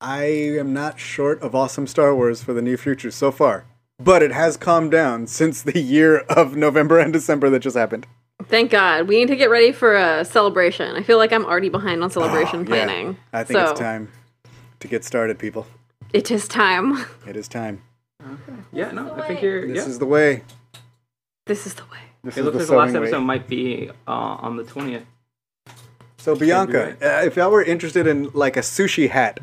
S1: I am not short of awesome Star Wars for the near future so far. But it has calmed down since the year of November and December that just happened.
S4: Thank God. We need to get ready for a celebration. I feel like I'm already behind on celebration
S1: Yeah.
S4: planning.
S1: Ah, I think
S4: so
S1: it's time to get started, people.
S4: It is time.
S1: It is time.
S3: Yeah, no, I think you're.
S1: This
S3: yeah.
S1: is the way.
S4: This is the way.
S1: This
S3: It
S1: is
S3: looks
S1: the
S3: like the last
S1: sewing way.
S3: episode might be uh, on the twentieth.
S1: So Bianca, uh, if y'all were interested in like a sushi hat,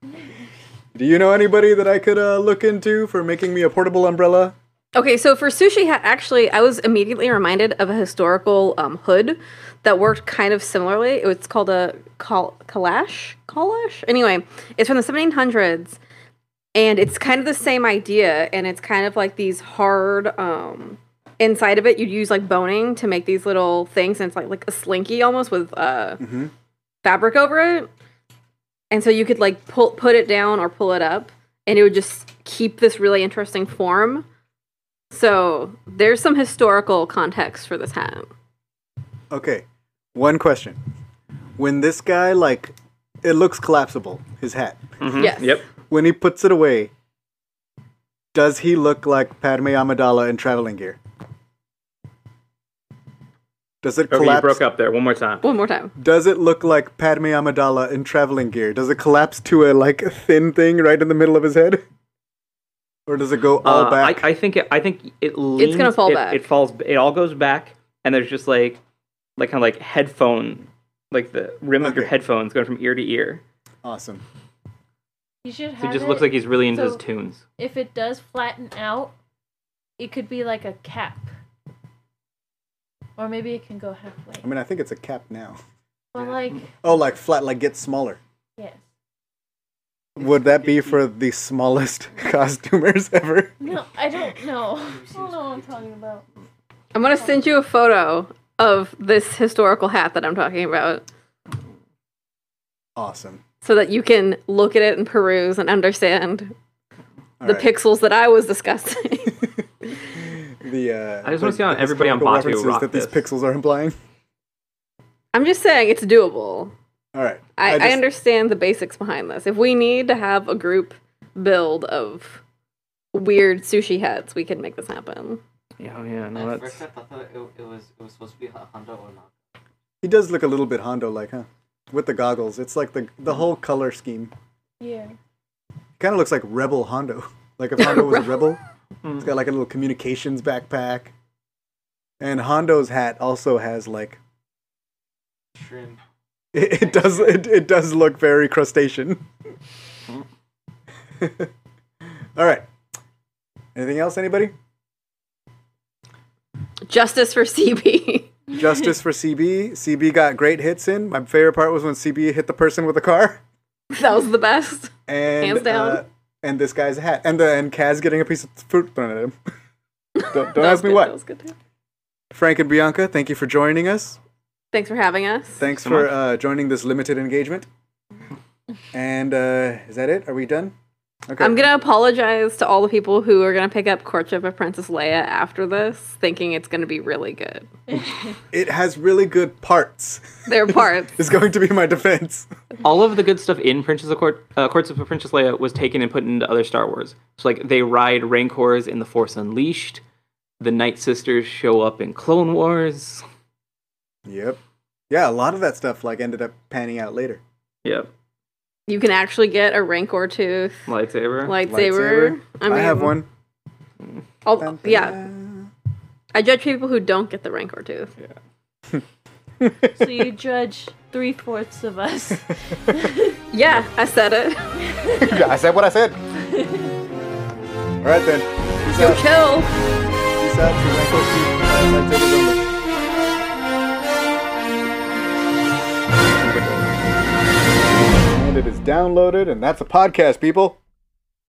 S1: do you know anybody that I could uh, look into for making me a portable umbrella?
S4: Okay, so for sushi hat, actually, I was immediately reminded of a historical um, hood that worked kind of similarly. It was called a kal- kalash. Kalash? Anyway, it's from the 1700s, and it's kind of the same idea, and it's kind of like these hard. Um, inside of it, you'd use like boning to make these little things, and it's like like a slinky almost with uh, fabric over it. And so you could like pull put it down or pull it up, and it would just keep this really interesting form. So there's some historical context for this hat.
S1: Okay, one question. When this guy, like, it looks collapsible, his hat.
S3: Mhm.
S4: Yes.
S3: Yep.
S1: When he puts it away, does he look like Padme Amidala in traveling gear? Does it
S3: Okay, Oh, you
S1: collapse?
S3: broke up there. One more time.
S4: One more time.
S1: Does it look like Padme Amidala in traveling gear? Does it collapse to a like thin thing right in the middle of his head, or does it go all
S3: Uh,
S1: back?
S3: I, I think it, I think it leans.
S4: gonna fall
S3: it,
S4: back.
S3: It falls. It all goes back, and there's just like, like kind of like headphone, like the rim of your
S1: Okay.
S3: headphones going from ear to ear.
S1: awesome.
S2: You should have
S3: So it just
S2: it-
S3: looks like he's really into his
S2: So-
S3: tunes.
S2: if it does flatten out, it could be like a cap. Or maybe it can go halfway.
S1: I mean, I think it's a cap now.
S2: But like,
S1: Oh, like flat, like gets smaller.
S2: yes.
S1: Would that be for the smallest costumers ever?
S2: No, I don't know. I don't know what I'm talking about.
S4: I'm gonna send you a photo of this historical hat that I'm talking about,
S1: Awesome.
S4: so that you can look at it and peruse and understand
S1: All
S4: the
S1: right.
S4: pixels that I was discussing.
S1: The uh,
S3: I just wanna
S1: the-
S3: see how
S1: the
S3: everybody on
S1: historical
S3: Batu
S1: references
S3: rocked
S1: that these
S3: this.
S1: pixels are implying.
S4: I'm just saying it's doable.
S1: All right.
S4: I, I,
S1: just-
S4: understand the basics behind this. If we need to have a group build of weird sushi hats, we can make this happen.
S3: Yeah, oh, yeah. No,
S6: At
S3: that's
S6: first, I thought that it, it was it was supposed to be a Honda or not.
S1: He does look a little bit Hondo like, huh? With the goggles, it's like the the whole color scheme.
S2: Yeah.
S1: kind of looks like Rebel Hondo. Like if Hondo was a rebel, it's got like a little communications backpack. And Hondo's hat also has like
S6: Shrimp.
S1: it, it does it, it does look very crustacean. All right. Anything else, anybody?
S4: Justice for CB.
S1: Justice for CB. CB got great hits in. My favorite part was when CB hit the person with the car.
S4: that was the best.
S1: And
S4: Hands down.
S1: uh, and this guy's hat. And the and Kaz getting a piece of fruit thrown at him. don't don't ask me
S4: That
S1: what.
S4: was good too.
S1: Frank and Bianca, thank you for joining us.
S4: Thanks for having us.
S1: Thanks
S3: so
S1: for
S3: much.
S1: uh, joining this limited engagement. And uh, is that it? Are we done? Okay.
S4: I'm gonna apologize to all the people who are gonna pick up Courtship of Princess Leia after this, thinking it's gonna be really good.
S1: It has really good parts.
S4: Their parts.
S1: Is going to be my defense.
S3: all of the good stuff in Princess of Court, uh, Courts of Princess Leia was taken and put into other Star Wars. So like they ride Rancors in The Force Unleashed. The Night Sisters show up in Clone Wars.
S1: Yep. Yeah, a lot of that stuff like ended up panning out later.
S3: Yep.
S4: you can actually get a Rancor tooth
S3: Lightsaber.
S4: lightsaber.
S1: I, have one.
S4: I'll- yeah, I judge people who don't get the Rancor tooth.
S2: So you judge three fourths of us.
S4: Yeah, I said it.
S1: I said what I said. All right then. Peace
S4: Go
S1: out.
S4: chill.
S1: Peace out. to Ranko Chief. Uh, lightsaber Gundam. And it is downloaded, and that's a podcast, people.